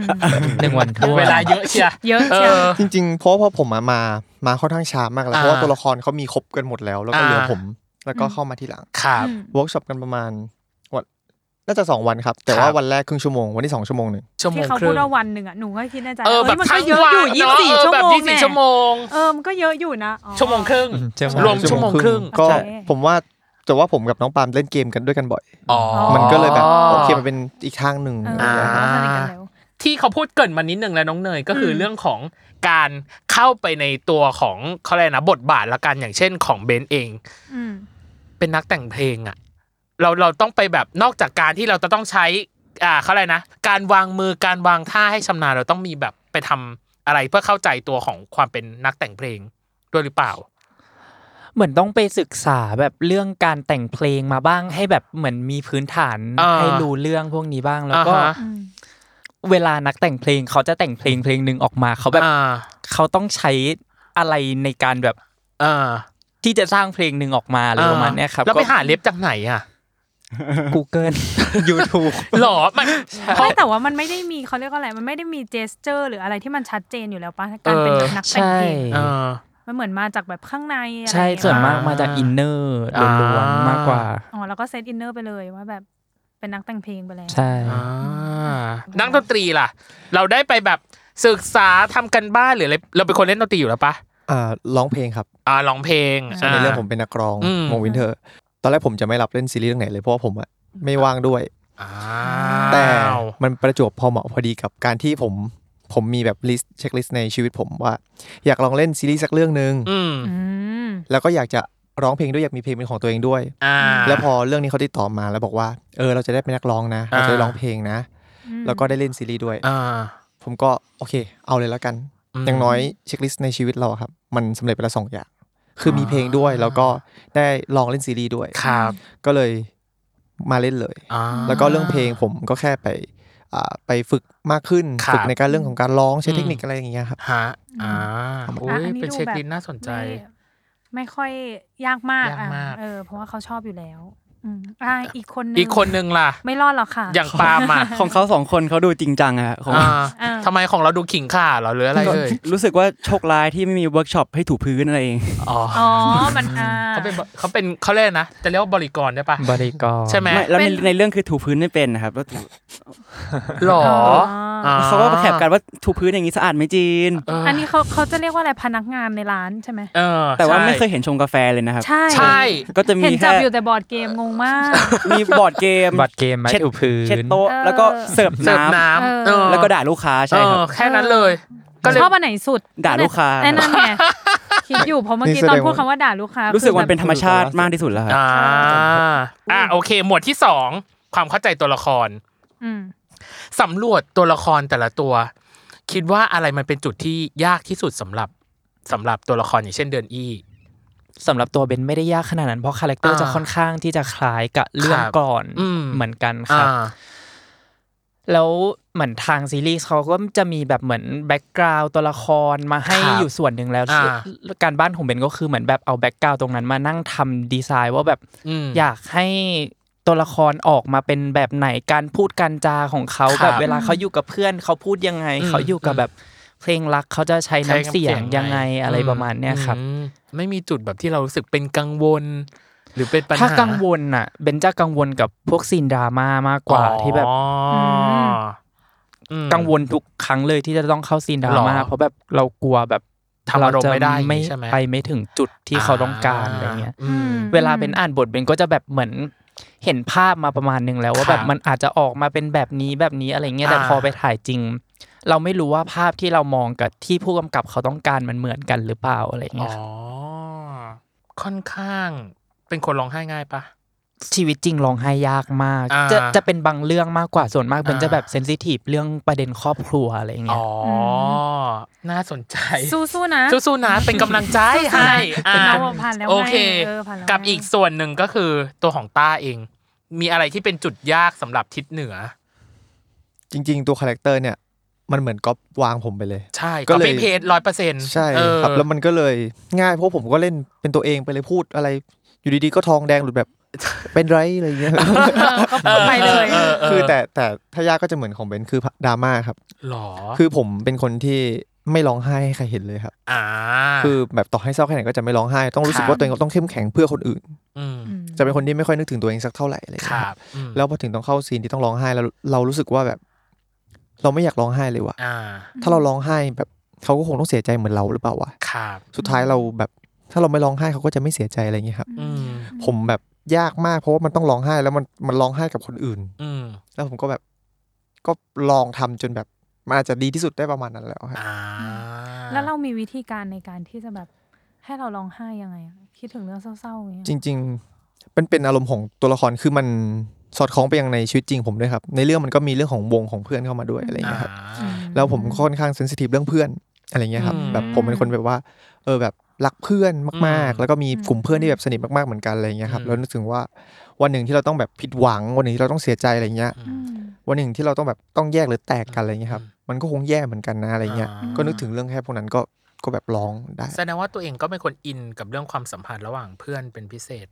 [SPEAKER 2] ม
[SPEAKER 4] หนึ่งวันทั่ว
[SPEAKER 3] เวลาเยอะเชีย
[SPEAKER 2] เยอะ
[SPEAKER 3] เอ
[SPEAKER 2] เชียว
[SPEAKER 3] อ
[SPEAKER 6] จริง ๆ เพราะพอผมมามามาค่อนข้างช้ามากแล้ว
[SPEAKER 3] อ่า
[SPEAKER 6] เพราะว่าตัวละครเขามีครบกันหมดแล้ว แล้วก็
[SPEAKER 3] อ่า
[SPEAKER 6] เหลือผม แล้วก็
[SPEAKER 2] อืม
[SPEAKER 6] เข้ามาทีหลัง
[SPEAKER 3] ครับ
[SPEAKER 2] อืม
[SPEAKER 6] เวิร์กช็อปกันประมาณวันน่าจะสองวันครับ แต่ว่าวันแรกครึ่งชั่วโมงวันที่สองชั่วโมงหนึ่ง
[SPEAKER 3] ชั่วโม
[SPEAKER 2] ที่
[SPEAKER 3] ง
[SPEAKER 2] เขา
[SPEAKER 3] ครึ่
[SPEAKER 2] พู
[SPEAKER 3] ง
[SPEAKER 2] ดว่าวันหนึ่งอ่ะหนูก็คิดในใจ
[SPEAKER 3] เออ
[SPEAKER 2] เฮ้ย
[SPEAKER 3] แบบ
[SPEAKER 2] มันก็
[SPEAKER 3] ทั้ง
[SPEAKER 2] เยอะ
[SPEAKER 3] วัน
[SPEAKER 2] อยู่ยี่
[SPEAKER 3] เนอะ
[SPEAKER 2] สี่
[SPEAKER 3] เออ
[SPEAKER 2] ชั่ว
[SPEAKER 3] แบบ
[SPEAKER 2] โมง
[SPEAKER 3] ยี่สิบ
[SPEAKER 2] แน่
[SPEAKER 3] ชั่วโมง
[SPEAKER 2] เออมันก็เยอะอยู่นะอ๋อ
[SPEAKER 3] ชั่วโมงครึ่ง
[SPEAKER 4] อืมชั่วโมง
[SPEAKER 3] รวมชั่วโมงครึ่ง
[SPEAKER 6] ก็
[SPEAKER 2] ใช่
[SPEAKER 6] ผมว่าแต่ว่าผมกับน้องปาล์มเล่นเกมกันด้วยกันบ่อย
[SPEAKER 3] อ๋อ
[SPEAKER 6] มันก็เลยแบบโอเคมันเป็นอีกทางหนึ่ง
[SPEAKER 2] เอ
[SPEAKER 6] อะ
[SPEAKER 2] อ
[SPEAKER 6] ไรอย่าง
[SPEAKER 2] เราสนิทกั
[SPEAKER 6] เงี้ยครับ
[SPEAKER 2] นแล้ว
[SPEAKER 3] ที่เขาพูดเกรินมานิดนึงแล้วน้องเนยก็คืออ
[SPEAKER 2] ม
[SPEAKER 3] เรื่องของการเข้าไปในตัวของเขาเรียกนะบทบาทละกันอย่างเช่นของเบนซ์เอง
[SPEAKER 2] อืม
[SPEAKER 3] เป็นนักแต่งเพลงอะเราเราต้องไปแบบนอกจากการที่เราจะต้องใช้ อ่าเขาเรียกนะ การวางมือการวางท่าให้ชำนาญเราต้องมีแบบไปทำอะไรเพื่อเข้าใจตัวของความเป็นนักแต่งเพลงด้วยหรือเปล่า
[SPEAKER 4] เหมือนต้องไปศึกษาแบบเรื่องการแต่งเพลงมาบ้างให้แบบเหมือนมีพื้นฐาน
[SPEAKER 3] อ่า
[SPEAKER 4] ให้รู้เรื่องพวกนี้บ้างแล้วก็
[SPEAKER 3] อ่าฮะ
[SPEAKER 2] อืม
[SPEAKER 4] เวลานักแต่งเพลงเขาจะแต่งเพลงเพลงหนึ่งออกมาเขาแบบ
[SPEAKER 3] อ่า
[SPEAKER 4] เขาต้องใช้อะไรในการแบบ
[SPEAKER 3] อ่า
[SPEAKER 4] ที่จะสร้างเพลงหนึ่งออกมาอะไรประมาณเนี้ยครับ
[SPEAKER 3] แล้วไป
[SPEAKER 4] ก็
[SPEAKER 3] หาเล็บจากไหนอะ
[SPEAKER 4] Google YouTube
[SPEAKER 3] หรอมันเพราะ
[SPEAKER 2] ไม่แต่ว่ามันไม่ได้มีเขาเรียกว่าอะไร มันไม่ได้มีเจสเจอร์หรืออะไรที่มันชัดเจนอยู่แล้วป่ะการเป็น
[SPEAKER 3] เออ
[SPEAKER 2] นักแต่ง
[SPEAKER 4] ใช่
[SPEAKER 2] เพลง
[SPEAKER 3] อ่า
[SPEAKER 2] มันเหมือนมาจากแบบข้างในอะไร
[SPEAKER 4] ใช่
[SPEAKER 2] อย่างเงี้ย
[SPEAKER 4] ส่วนมาก
[SPEAKER 3] อ่าม
[SPEAKER 4] มาจากอินเนอร์ล้วน
[SPEAKER 3] อ่า
[SPEAKER 4] ๆมากกว่า
[SPEAKER 2] อ๋อแล้วก็เซตอินเนอร์ไปเลยว่าแบบเป็นนักแต่งเพลงไปแล้ว
[SPEAKER 4] ใช่
[SPEAKER 3] อ่านักดนตรีล่ะ เราได้ไปแบบศึกษาทำกันบ้านหรืออะไรเราเป็นคนเล่นดนตรีอยู่แล้วปะ
[SPEAKER 6] อ่าร้องเพลงครับ
[SPEAKER 3] อ่าร้องเพลง
[SPEAKER 2] ใช่
[SPEAKER 3] า
[SPEAKER 6] ในเรื่องผมเป็นนักร้อง
[SPEAKER 3] อืม
[SPEAKER 6] มงวินเทอร์ ตอนแรกผมจะไม่รับเล่นซีรีส์เรื่องไหนเลยเพราะว่าผมอะไม่ว่างด้วย
[SPEAKER 3] อ้า
[SPEAKER 6] แต่
[SPEAKER 3] ว
[SPEAKER 6] มันประจวบพอเหมาะพอดีกับการที่ผมผมมีแบบลิสต์เช็คลิสต์ในชีวิตผมว่า อยากลองเล่นซีรีส์สักเรื่องหนึ่ง
[SPEAKER 3] อืม
[SPEAKER 2] อืม
[SPEAKER 6] แล้วก็อยากจะร้องเพลงด้วยอยากมีเพลงเป็นของตัวเองด้วย
[SPEAKER 3] อ่า
[SPEAKER 6] แล้วพอเรื่องนี้เขาติดต่อมาแล้วบอกว่าเออเราจะได้เป็นนักร้องนะ
[SPEAKER 3] อ่า
[SPEAKER 6] เราจะได้ร้องเพลงนะ
[SPEAKER 2] อืม
[SPEAKER 6] แล้วก็ได้เล่นซีรีส์ด้วย
[SPEAKER 3] อ่า
[SPEAKER 6] ผมก็โอเค เอาเลยแล้วกัน
[SPEAKER 3] อืม
[SPEAKER 6] อย่างน้อยเช็คลิสต์ในชีวิตเราอะครับ มันสำเร็จไปแล้วสองอย่าง คือมีเพลงด้วยแล้วก็ได้ลองเล่นซีรีส์ด้วย
[SPEAKER 3] ครับ
[SPEAKER 6] ก็เลยมาเล่นเลย
[SPEAKER 3] อ่า
[SPEAKER 6] แล้วก็เรื่องเพลงผมก็แค่ไปอ่าไปฝึกมากขึ้น
[SPEAKER 3] ครับ
[SPEAKER 6] ฝึกในการเรื่องของการร้องใช้
[SPEAKER 3] อืม
[SPEAKER 6] เทคนิคอะไรอย่างเงี้ยครับ
[SPEAKER 3] ฮะอ่าโอ้
[SPEAKER 2] อ่ะ
[SPEAKER 3] ย
[SPEAKER 2] อันนี้
[SPEAKER 3] เป็น
[SPEAKER 2] ดู
[SPEAKER 3] เช็ค
[SPEAKER 2] แบบ
[SPEAKER 3] ลิสต์น่าสนใจ
[SPEAKER 2] ไม่ไม่ค่อยยากมากอ่ะ
[SPEAKER 3] ยากมาก
[SPEAKER 2] เออเพราะว่าเขาชอบอยู่แล้วอืมอ่าอีกคนนึง
[SPEAKER 3] อีกคนนึงล่ะ
[SPEAKER 2] ไม่รอดหรอกค่ะ
[SPEAKER 3] อย่างปาล์มอ่ะ
[SPEAKER 5] ของเขาสองคนเขาดูจริงจังอะของ
[SPEAKER 3] อ่า
[SPEAKER 2] อ่า
[SPEAKER 3] ทำไมของเราดูขิงข่าเหรอหรืออะไรเลย
[SPEAKER 5] รู้สึกว่าโชคร้ายที่ไม่มีเวิร์กช็อปให้ถูพื้นอะไรเอง
[SPEAKER 3] อ๋อ
[SPEAKER 2] อ๋อมันอ่า
[SPEAKER 3] เขาเป็นเขาเป็นเขาเรียกนะจะเรียกว่าบริกรได้ปะ
[SPEAKER 4] บริกร
[SPEAKER 3] ใช่ไหม
[SPEAKER 5] ไม่แล้วใน
[SPEAKER 2] เป็น
[SPEAKER 5] ในเรื่องคือถูพื้นไม่เป็นนะครับแล้ว
[SPEAKER 3] หรอ
[SPEAKER 2] อ๋อ
[SPEAKER 5] เขาก็แคบกันว่าถูพื้นอย่างนี้สะอาดไหมจีน
[SPEAKER 2] อันนี้เขาเขาจะเรียกว่าอะไรพนักงานในร้านใช่ไหม
[SPEAKER 3] เออ
[SPEAKER 5] แต่ว่า
[SPEAKER 3] ใช่
[SPEAKER 5] ไม่เคยเห็นชงกาแฟเลยนะครับ
[SPEAKER 2] ใช่
[SPEAKER 3] ใช่
[SPEAKER 5] ก็จะมี
[SPEAKER 2] เห็นจั
[SPEAKER 5] แค่
[SPEAKER 2] บอยู่แต่บอร์ดเกมงงมาก
[SPEAKER 5] มีบอร์ดเกม
[SPEAKER 4] บัตรเกมไหม
[SPEAKER 5] เช็ด
[SPEAKER 4] อยู่พื้น
[SPEAKER 5] เช็ดโต๊ะ
[SPEAKER 2] เออ
[SPEAKER 5] แล้วก็เสิร์ฟ
[SPEAKER 3] เสิร์ฟ
[SPEAKER 5] น้
[SPEAKER 3] น้ำ
[SPEAKER 2] เออ
[SPEAKER 5] ำแล้วก็ด่าลูกค้าใช่ครับ
[SPEAKER 3] เออแค่นั้นเลย ก็เลย
[SPEAKER 2] ชอบอันไหนสุด
[SPEAKER 5] ด่าลูกค้า
[SPEAKER 2] ไอ้นั่นไงคิดอยู่เพราะเมื่อ
[SPEAKER 6] นี่
[SPEAKER 2] กี้
[SPEAKER 6] แสด
[SPEAKER 2] ต
[SPEAKER 6] ง
[SPEAKER 2] อน
[SPEAKER 6] ว่า
[SPEAKER 2] พูดคำว่าด่าลูกค้า
[SPEAKER 5] รู้สึก
[SPEAKER 2] คือ
[SPEAKER 5] มันเป็นธรรมชาติมากที่สุดแล้วครับ
[SPEAKER 3] อ่าอ่าโอเค หมวดที่สองความเข้าใจตัวละคร
[SPEAKER 2] อืม
[SPEAKER 3] สำรวจตัวละครแต่ละตัว คิดว่าอะไรมันเป็นจุดที่ยากที่สุดสำหรับสำหรับตัวละครอย่างเช่นเดือนอี้
[SPEAKER 4] สำหรับตัวเบนไม่ได้ยากขนาดนั้นเพราะคาแรคเตอร์
[SPEAKER 3] อ่า
[SPEAKER 4] จะค่อนข้างที่จะคล้ายกับเรื่อง
[SPEAKER 3] ครับ
[SPEAKER 4] ก่อน
[SPEAKER 3] อืม
[SPEAKER 4] เหมือนกันค
[SPEAKER 3] อ่า
[SPEAKER 4] รับ แล้วเหมือนทางซีรีส์เขาก็จะมีแบบเหมือนแบ็กกราวตัวละครมาให้
[SPEAKER 3] ครับ
[SPEAKER 4] อยู่ส่วนหนึ่งแล้ว
[SPEAKER 3] อ่า
[SPEAKER 4] การบ้านของเบนก็คือเหมือนแบบเอาแบ็กกราวตรงนั้นมานั่งทำดีไซน์ว่าแบบ
[SPEAKER 3] อืม
[SPEAKER 4] อยากให้ตัวละครออกมาเป็นแบบไหนการพูดการจาของเขา
[SPEAKER 3] ครับ
[SPEAKER 4] แบบเวลาเขาอยู่กับเพื่อนเขาพูดยังไง
[SPEAKER 3] อืม
[SPEAKER 4] เขาอยู่กับ
[SPEAKER 3] อืม
[SPEAKER 4] แบบเพลงรักเขาจะใช้น้ำเสียงยังไงอะไรประมาณเนี้ยครับ
[SPEAKER 3] อืมไม่มีจุดแบบที่เรารู้สึกเป็นกังวล หรือเป็นปัญหา
[SPEAKER 4] ถ้ากังวลน่ะเบนจะกังวลกับพวกซีนดราม่ามากกว่าที่แบบ
[SPEAKER 3] อ๋ออ
[SPEAKER 2] ม
[SPEAKER 3] อืม
[SPEAKER 4] กังวลทุกครั้งเลยที่จะต้องเข้าซีนดราม่า
[SPEAKER 3] หรอ
[SPEAKER 4] เพราะแบบเรากลัวแบบ
[SPEAKER 3] ทำอารมณ์ไม่ได้
[SPEAKER 4] เาจะ
[SPEAKER 3] ใช่ไหม
[SPEAKER 4] ไปไม่ถึงจุดที่เขาต้องการอะไรเงี้ย
[SPEAKER 3] อืม
[SPEAKER 4] เวลาเป็นอ่านบทเป็นก็จะแบบเหมือนเห็นภาพมาประมาณหนึ่งแล้วว่า
[SPEAKER 3] ค
[SPEAKER 4] แบ
[SPEAKER 3] รับบ
[SPEAKER 4] มันอาจจะออกมาเป็นแบบนี้แบบนี้อะไรเงี้ยแต่
[SPEAKER 3] อ่า
[SPEAKER 4] พอไปถ่ายจริง เราไม่รู้ว่าภาพที่เรามองกับที่ผู้กำกับเขาต้องการมันเหมือนกันหรือเปล่าอะไร
[SPEAKER 3] อ๋อ
[SPEAKER 4] เงี้ยครับ
[SPEAKER 3] ค่อนข้าง เป็นคนร้องไห้ง่ายปะ
[SPEAKER 4] ชีวิตจริงร้องไห้ยากมาก
[SPEAKER 3] อ่า
[SPEAKER 4] จะจะเป็นบางเรื่องมากกว่าส่วนมากเป็น
[SPEAKER 3] อ่า
[SPEAKER 4] จะแบบเซนซิทีฟเรื่องประเด็นครอบครัวอะไรเงี้
[SPEAKER 3] อ๋
[SPEAKER 4] ย
[SPEAKER 3] ออน่าสนใจ
[SPEAKER 2] สู้ๆนะ
[SPEAKER 3] สู้ ๆนะ เป็นกำลังใจให้อ่า
[SPEAKER 2] เป็นเราผ่านแล้วไง
[SPEAKER 3] โอเค
[SPEAKER 2] เออผ่านแล้วไง
[SPEAKER 3] กับอีกส่วนหนึ่งก็คือตัวของต้าเอง มีอะไรที่เป็นจุดยากสำหรับทิศเหนือ
[SPEAKER 6] จริง ๆ ตัวคาแรคเตอร์เนี่ย มันเหมือนก๊อปวางผมไปเลย
[SPEAKER 3] ใช่
[SPEAKER 6] ก็
[SPEAKER 3] ก็
[SPEAKER 6] เลย
[SPEAKER 3] เป็นเพจร้อยเปอร์เซ็นต์
[SPEAKER 6] ใช่ครับ แล้วมันก็เลยง่ายเพราะผมก็เล่นเป็นตัวเองไปเลยพูดอะไร อยู่ดีๆก็ทองแดงหลุดแบบ เป็นไรอะไรเงี้ย
[SPEAKER 2] ไปเลย
[SPEAKER 6] คือแต่แต่ถ้ายากก็จะเหมือนของเบนซ์คือดราม่าครับ
[SPEAKER 3] หรอ
[SPEAKER 6] คือผมเป็นคนที่ไม่ร้องไห้ให้ใครเห็นเลยครับ
[SPEAKER 3] อ่า
[SPEAKER 6] คือแบบต่อให้เศร้าแค่ไหนก็จะไม่ร้องไห้ ต้องรู้สึกว่าตัวเองต้องเข้มแข็งเพื่อคนอื่น
[SPEAKER 3] ม
[SPEAKER 6] จะเป็นคนที่ไม่ค่อยนึกถึงตัวเองสักเท่าไหร่อะไรเลย
[SPEAKER 3] ค
[SPEAKER 6] ค
[SPEAKER 3] รั
[SPEAKER 6] รั
[SPEAKER 3] บบ อืม
[SPEAKER 6] แล้วพอถึงต้องเข้าซีนที่ต้องร้องไห้แล้วเรารู้สึกว่าแบบ เราไม่อยากร้องไห้เลยว่ะ
[SPEAKER 3] อ่า
[SPEAKER 6] ถ้าเราร้องไห้แบบเขาก็คงต้องเสียใจเหมือนเราหรือเปล่าวะ
[SPEAKER 3] ครับ
[SPEAKER 6] สุดท้ายเราแบบถ้าเราไม่ร้องไห้เขาก็จะไม่เสียใจอะไรอย่างเงี้ยครับ
[SPEAKER 3] อืม
[SPEAKER 6] ผมแบบยากมากเพราะว่ามันต้องร้องไห้แล้วมันมันร้องไห้กับคนอื่น
[SPEAKER 3] อืม
[SPEAKER 6] แล้วผมก็แบบก็ลองทำจนแบบมันอาจจะดีที่สุดได้ประมาณนั้นแล้วครับ
[SPEAKER 3] อ่า
[SPEAKER 2] แล้วเรามีวิธีการในการที่จะแบบให้เราร้องไห้ยังไงอะคิดถึงเรื่องเศร้าๆอย่างเงี้ย
[SPEAKER 6] จริงๆมันเป็นอารมณ์ของตัวละครคือมันสอดคล้องไปยังในชีวิตจริงผมด้วยครับ ในเรื่องมันก็มีเรื่องของวงของเพื่อนเข้ามาด้วยอะไรอย่าง
[SPEAKER 3] อ่า
[SPEAKER 6] เงี้ยครับ
[SPEAKER 2] อืม
[SPEAKER 6] แล้วผมค่อนข้างเซนซิทีฟเรื่องเพื่อนอะไรเงี้ยครับ
[SPEAKER 3] อืม
[SPEAKER 6] แบบผมเป็นคนแบบว่าเออแบบรักเพื่อนมาก
[SPEAKER 3] อืม
[SPEAKER 6] ๆ แล้วก็มีกลุ่มเพื่อน
[SPEAKER 2] อืม
[SPEAKER 6] ที่แบบสนิทมากๆเหมือนกันอะไรเงี้ยครับ
[SPEAKER 3] อืม
[SPEAKER 6] แล้วนึกถึงว่าวันหนึ่งที่เราต้องแบบผิดหวังวันหนึ่งที่เราต้องเสียใจอะไรเงี้ย
[SPEAKER 3] อื
[SPEAKER 2] อื
[SPEAKER 3] ม
[SPEAKER 2] ม
[SPEAKER 6] วันหนึ่งที่เราต้องแบบต้องแยกหรือแตกกันอะไรเงี้ยครับ
[SPEAKER 3] อืม
[SPEAKER 6] มันก็คงแย่เหมือนกันนะอะไรเงี้ย ก็นึกถึงเรื่องแค่พวกนั้นก็ก็แบบร้องได้
[SPEAKER 3] แสดงว่าตัวเองก็เป็นคนอินกับเรื่องความสัมพันธ์ระหว่างเพื่อนเป็นพิเศษ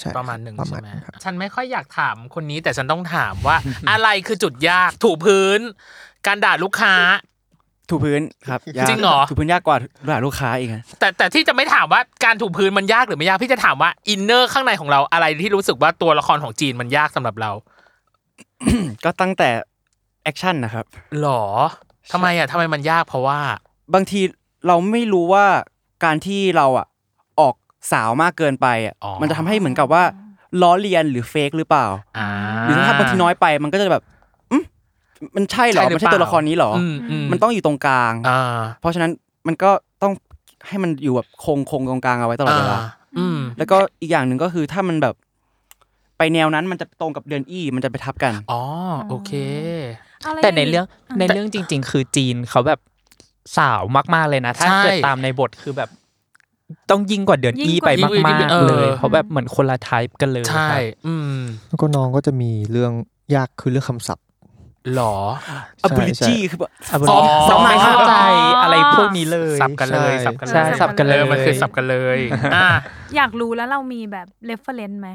[SPEAKER 6] ใช่
[SPEAKER 3] ประมาณหนึ่ง
[SPEAKER 6] ป
[SPEAKER 3] ใช่
[SPEAKER 6] ระาณ
[SPEAKER 3] ไหม
[SPEAKER 6] นั้นครับ
[SPEAKER 3] ฉันไม่ค่อยอยากถามคนนี้แต่ฉันต้องถาม ว่า อะไรคือจุดยากถูพื้น การด่าลูกค้า
[SPEAKER 5] ถูพื้นครับยาก
[SPEAKER 3] จริงเหรอ
[SPEAKER 5] ถูพื้นยากกว่าด่าลูกค้าอีกอะ
[SPEAKER 3] แต่แต่ที่จะไม่ถามว่าการถูพื้นมันยากหรือไม่ยากพี่จะถามว่าอินเนอร์ข้างในของเราอะไรที่รู้สึกว่าตัวละครของจีนมันยากสำหรับเรา
[SPEAKER 5] ก็ตั้งแต่แอคชั่นนะครับ
[SPEAKER 3] หรอทำไมอ่ะทำไมมันยากเพราะว่า
[SPEAKER 5] บางทีเราไม่รู้ว่าการที่เราอ่ะออกสาวมากเกินไปอ่ะ
[SPEAKER 3] อ๋อ
[SPEAKER 5] มันจะทำให้เหมือนกับว่าล้อเลียนหรือเฟกหรือเปล่า
[SPEAKER 3] อ่า
[SPEAKER 5] หรือถ้าบางทีน้อยไปมันก็จะแบบอืมมันใช่เหรอมันใช่ตัวละครนี้เหรอ
[SPEAKER 3] มอื
[SPEAKER 5] มันต้องอยู่ตรงกลาง
[SPEAKER 3] อ่า
[SPEAKER 5] เพราะฉะนั้นมันก็ต้องให้มันอยู่แบบคงคงตรงกลางเอาไว้ตลอดเวลา
[SPEAKER 3] อ่าอืม
[SPEAKER 5] แล้วก็อีกอย่างหนึ่งก็คือถ้ามันแบบ ไปแนวนั้นมันจะตรงกับเดือนอี้มันจะไปทับกัน
[SPEAKER 3] อ๋อโอเค
[SPEAKER 2] อะไร
[SPEAKER 4] แต่ในเรื่อง
[SPEAKER 2] ะ
[SPEAKER 4] ในเรื่องจริง ๆ คือจีนเขาแบบสาวมาก ๆเลยนะ ถ้า
[SPEAKER 3] ใช่
[SPEAKER 4] เกิดตามในบทคือแบบ ต้องยิ่งกว่าเดือน
[SPEAKER 2] ยิ่ง
[SPEAKER 4] อี้
[SPEAKER 2] กว่า
[SPEAKER 4] ไป
[SPEAKER 3] ยิ่งกว่า
[SPEAKER 4] มา
[SPEAKER 3] ยิ่ง
[SPEAKER 4] ก
[SPEAKER 3] เอ
[SPEAKER 4] ๆ
[SPEAKER 3] อ
[SPEAKER 4] เลยเพราะแบบเหมือนคนละไทป์กันเลย
[SPEAKER 3] ใช่
[SPEAKER 4] ครับ
[SPEAKER 3] อืม
[SPEAKER 6] แล้วก็น้องก็จะมีเรื่องยากคือเรื่องคำศัพท์
[SPEAKER 3] หรอ
[SPEAKER 5] ability คือแบบ
[SPEAKER 4] อะบ
[SPEAKER 3] อ๋อ
[SPEAKER 4] สมัยเข้าใจอะไรพวกนี้เลย
[SPEAKER 3] สับกันเลยสับกันเลย
[SPEAKER 4] ใช่สับกันเลย
[SPEAKER 3] ออมันคือสับกันเลยอ่า
[SPEAKER 2] อยากรู้แล้วเรามีแบบ reference ไหม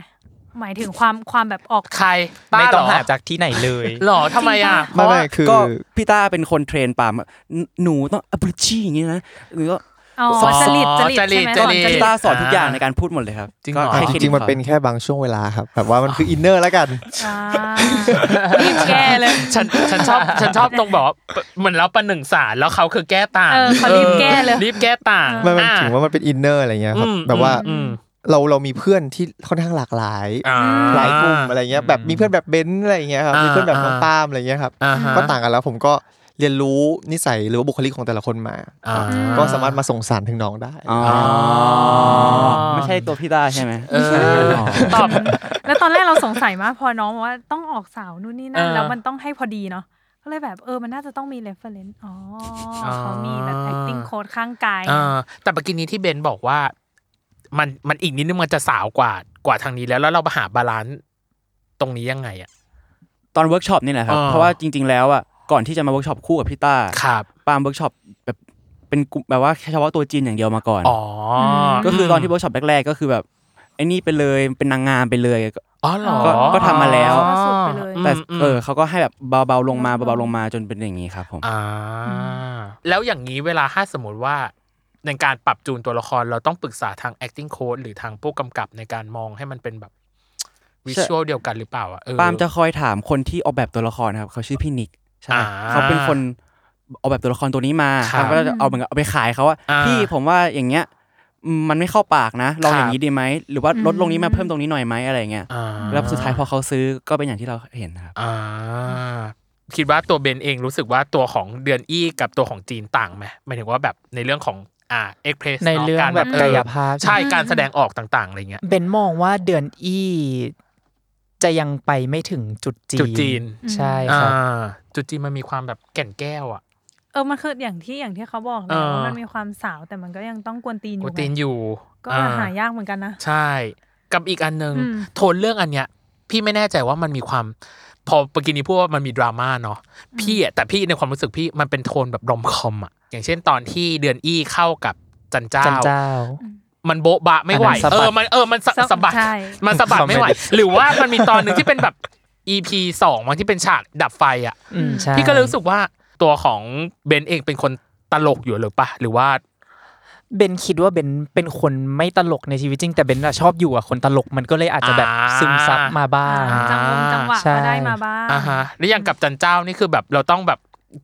[SPEAKER 2] หมายถึงความความแบบออก
[SPEAKER 3] ใคร
[SPEAKER 4] ไม่
[SPEAKER 3] ป้า
[SPEAKER 4] ต้อง
[SPEAKER 3] เหร
[SPEAKER 4] หาจากที่ไหนเลย
[SPEAKER 3] หรอทำไมอ่ะ
[SPEAKER 6] ไม่ไม่คือ
[SPEAKER 5] ก็พี่ต้าเป็นคนเทรนปามหนูต้อง ability อย่างนี้นะหรือว่า
[SPEAKER 2] อ๋อจริตจริตใช่ไหมสอน
[SPEAKER 3] จริต
[SPEAKER 2] จริ
[SPEAKER 5] พี่
[SPEAKER 2] ต
[SPEAKER 5] ต้าสอนทุกอย่างในการพูดหมดเลยครับ
[SPEAKER 3] จริงเหร
[SPEAKER 5] ก็
[SPEAKER 3] อ
[SPEAKER 5] ให้
[SPEAKER 6] จ
[SPEAKER 5] เครดิต
[SPEAKER 6] ริงๆมัน
[SPEAKER 5] ขา
[SPEAKER 6] เป็นแค่บางช่วงเวลาครับ แบบว่ามันคืออินเนอร์แล้วกัน
[SPEAKER 2] อ่ารีบแก้เลย
[SPEAKER 3] ฉันฉันชอบฉันชอบตรงแบบว่าเหมือนเราประหนึ่งสารแล้วเขาคือแก้ต่าง
[SPEAKER 2] เออเขารีบแก้เลย
[SPEAKER 3] ออรีบแก้ต่าง
[SPEAKER 6] มันมัน
[SPEAKER 3] อ่ะ
[SPEAKER 6] ถึงว่ามันเป็นอินเนอร์อะไรเงี้ยครับ
[SPEAKER 3] อืม
[SPEAKER 6] แบบว่า
[SPEAKER 3] อืม
[SPEAKER 6] เราเรามีเพื่อนที่ค่อนข้างหลากหลาย
[SPEAKER 3] อ่า
[SPEAKER 6] หลายกลุ่มอะไรเงี้ยแบบมีเพื่อนแบบเบนซ์อะไรเงี้ยครับ
[SPEAKER 3] อ่ามี
[SPEAKER 6] มีเพื่อนแบบน้อง
[SPEAKER 3] อ่า
[SPEAKER 6] ปาล์มอะไรเงี้ยครับ
[SPEAKER 3] อ่าฮะ
[SPEAKER 6] ก็ต่างกันแล้วผมก็เรียนรู้นิสัยหรือว่าบุคลิกของแต่ละคนมา
[SPEAKER 3] อ่า
[SPEAKER 6] ก็สามารถมาส่งสารถึงน้องได้
[SPEAKER 5] อ๋อ
[SPEAKER 3] อ
[SPEAKER 5] ไม่ใช่ตัวพี่ต้าใช่ไหม
[SPEAKER 3] เออตอบ
[SPEAKER 2] แล้วตอนแรกเราสงสัยมากพอน้องบอกว่าต้องออกสาวนู่นนี่นั่น
[SPEAKER 3] เออ
[SPEAKER 2] แล้วมันต้องให้พอดีเนาะก็เลยแบบเออมันน่าจะต้องมี reference อ๋อเขามีแบบ acting coach ข้างกาย
[SPEAKER 3] เออแต่เมื่อกี้นี้ที่เบนบอกว่า มันมันอีกนิดนึงมันจะสาวกว่ากว่าทางนี้แล้ว แล้วเราหาบาลานซ์ตรงนี้ยังไงอ่ะ
[SPEAKER 5] ตอนเวิร์กช็อปนี่แหละครับ
[SPEAKER 3] อ่า
[SPEAKER 5] เพราะว่าจริง ๆ แล้วอ่ะก่อนที่จะมาเวิร์กช็อปคู่กับพี่ต้า
[SPEAKER 3] ครับ
[SPEAKER 5] ปาล์มเวิร์กช็อปแบบเป็นกลุ่มแบบว่าเฉพาะตัวจีนอย่างเดียวมาก่อน
[SPEAKER 3] อ๋อ
[SPEAKER 5] ก็คือตอนที่เวิร์กช็อปแรกๆ ก็คือแบบไอ้นี่ไปเลยเป็นนางงามไปเลย
[SPEAKER 3] อ๋อเหรอ
[SPEAKER 5] ก็ก็ทำมาแล้ว
[SPEAKER 2] ก็สุดไปเลย
[SPEAKER 5] แต่
[SPEAKER 3] มม
[SPEAKER 5] เออเขาก็ให้แบบเบาๆลงมาเบาๆลงมาจนเป็นอย่างนี้ครับผม
[SPEAKER 3] อ่าแล้วอย่างนี้เวลาถ้าสมมติว่า ในการปรับจูนตัวละครเราต้องปรึกษาทาง acting coach หรือทางผู้กำกับในการมองให้มันเป็นแบบวิชวลเดียวกันหรือเปล่าอ่ะเออ
[SPEAKER 5] ปาล์มจะคอยถามคนที่ออกแบบตัวละครนะครับเขาชื่อพี่นิกใช่
[SPEAKER 3] อ่า
[SPEAKER 5] เขาเป็นคนออกแบบตัวละครตัวนี้มา
[SPEAKER 3] ครับ
[SPEAKER 5] ปาล์มก็จะเอาเหมือนกับเอาไปขายเขาว่า
[SPEAKER 3] อ่า
[SPEAKER 5] พี่ผมว่าอย่างเงี้ยอืมมันไม่เข้าปากนะลอง
[SPEAKER 3] ครับ
[SPEAKER 5] อย่างนี้ดีไหมหรือว่าลดลงนี้มาเพิ่มตรงนี้หน่อยไหมอะไรเงี้ย
[SPEAKER 3] อ่า
[SPEAKER 5] แล้วสุดท้ายพอเขาซื้อก็เป็นอย่างที่เราเห็นนะครับ
[SPEAKER 3] อ่าคิดว่าตัวเบนเองรู้สึกว่าตัวของเดือนอี้กับตัวของจีนต่างไหมหมายถึงว่าแบบในเรื่องของอ่าเอ็กเพรส
[SPEAKER 4] ในเรื่องแบบกายภาพ
[SPEAKER 3] ใช่การแสดงออกต่าง ๆอะไรเงี้ย
[SPEAKER 4] เบนมองว่าเดือนอี้จะยังไปไม่ถึงจุดจีน
[SPEAKER 3] จุดจีน
[SPEAKER 4] ใช่ครับ
[SPEAKER 3] อ่าจุดจีนมันมีความแบบแก่นแก้วอ่ะ
[SPEAKER 2] เออมันคืออย่างที่อย่างที่เขาบอกแหล้
[SPEAKER 3] เอ
[SPEAKER 2] ว
[SPEAKER 3] อ
[SPEAKER 2] มันมีความสาวแต่มันก็ยังต้องกวนตีนอ
[SPEAKER 3] โอยู่
[SPEAKER 2] ไง
[SPEAKER 3] ตีนอยู่
[SPEAKER 2] ก็
[SPEAKER 3] อ่
[SPEAKER 2] หายากเหมือนกันนะ
[SPEAKER 3] ใช่ กับอีกอันหนึ่ง
[SPEAKER 2] อืม
[SPEAKER 3] โทนเรื่องอันเนี้ย พี่ไม่แน่ใจว่ามันมีความ พอเมื่อกี้นี้พูดว่ามันมีดราม่าเนาะพี่อะแต่พี่ในความรู้สึกพี่มันเป็นโทนแบบรอมคอมอะอย่างเช่นตอนที่เดือนอี้เข้ากับจันเจ้า
[SPEAKER 4] จันเจ้า
[SPEAKER 3] มันโบ๊ะบะไม่ไหว
[SPEAKER 4] อันนั้นสะบัด
[SPEAKER 3] เออมันเออมันสะ
[SPEAKER 2] สะ
[SPEAKER 3] สะบัด
[SPEAKER 2] ใช่
[SPEAKER 3] มันสะบัดไม่ไหว
[SPEAKER 4] สะบัด
[SPEAKER 3] หรือว่ามันมีตอนหนึ่งที่เป็นแบบ EP สองมันที่เป็นฉากดับไฟอะ
[SPEAKER 4] อืมใช่
[SPEAKER 3] พี่ก็เลยรู้สึกว่าตัวของเบนเองเป็นคนตลกอยู่หรือปะหรือว่า
[SPEAKER 4] เบนคิดว่าเบนเป็นคนไม่ตลกในชีวิตจริง แต่เบนอะชอบอยู่กับคนตลกมันก็เลยอาจจะแบบ
[SPEAKER 3] อ่า
[SPEAKER 4] ซึมซับมาบ้าง
[SPEAKER 3] อ่า
[SPEAKER 2] จังหวะจังหวะ
[SPEAKER 4] ใช่
[SPEAKER 2] ก็ได้มาบ้าง
[SPEAKER 3] อ่าฮะแล้วอย่างกับจันเจ้านี่คือแบบเราต้องแบบ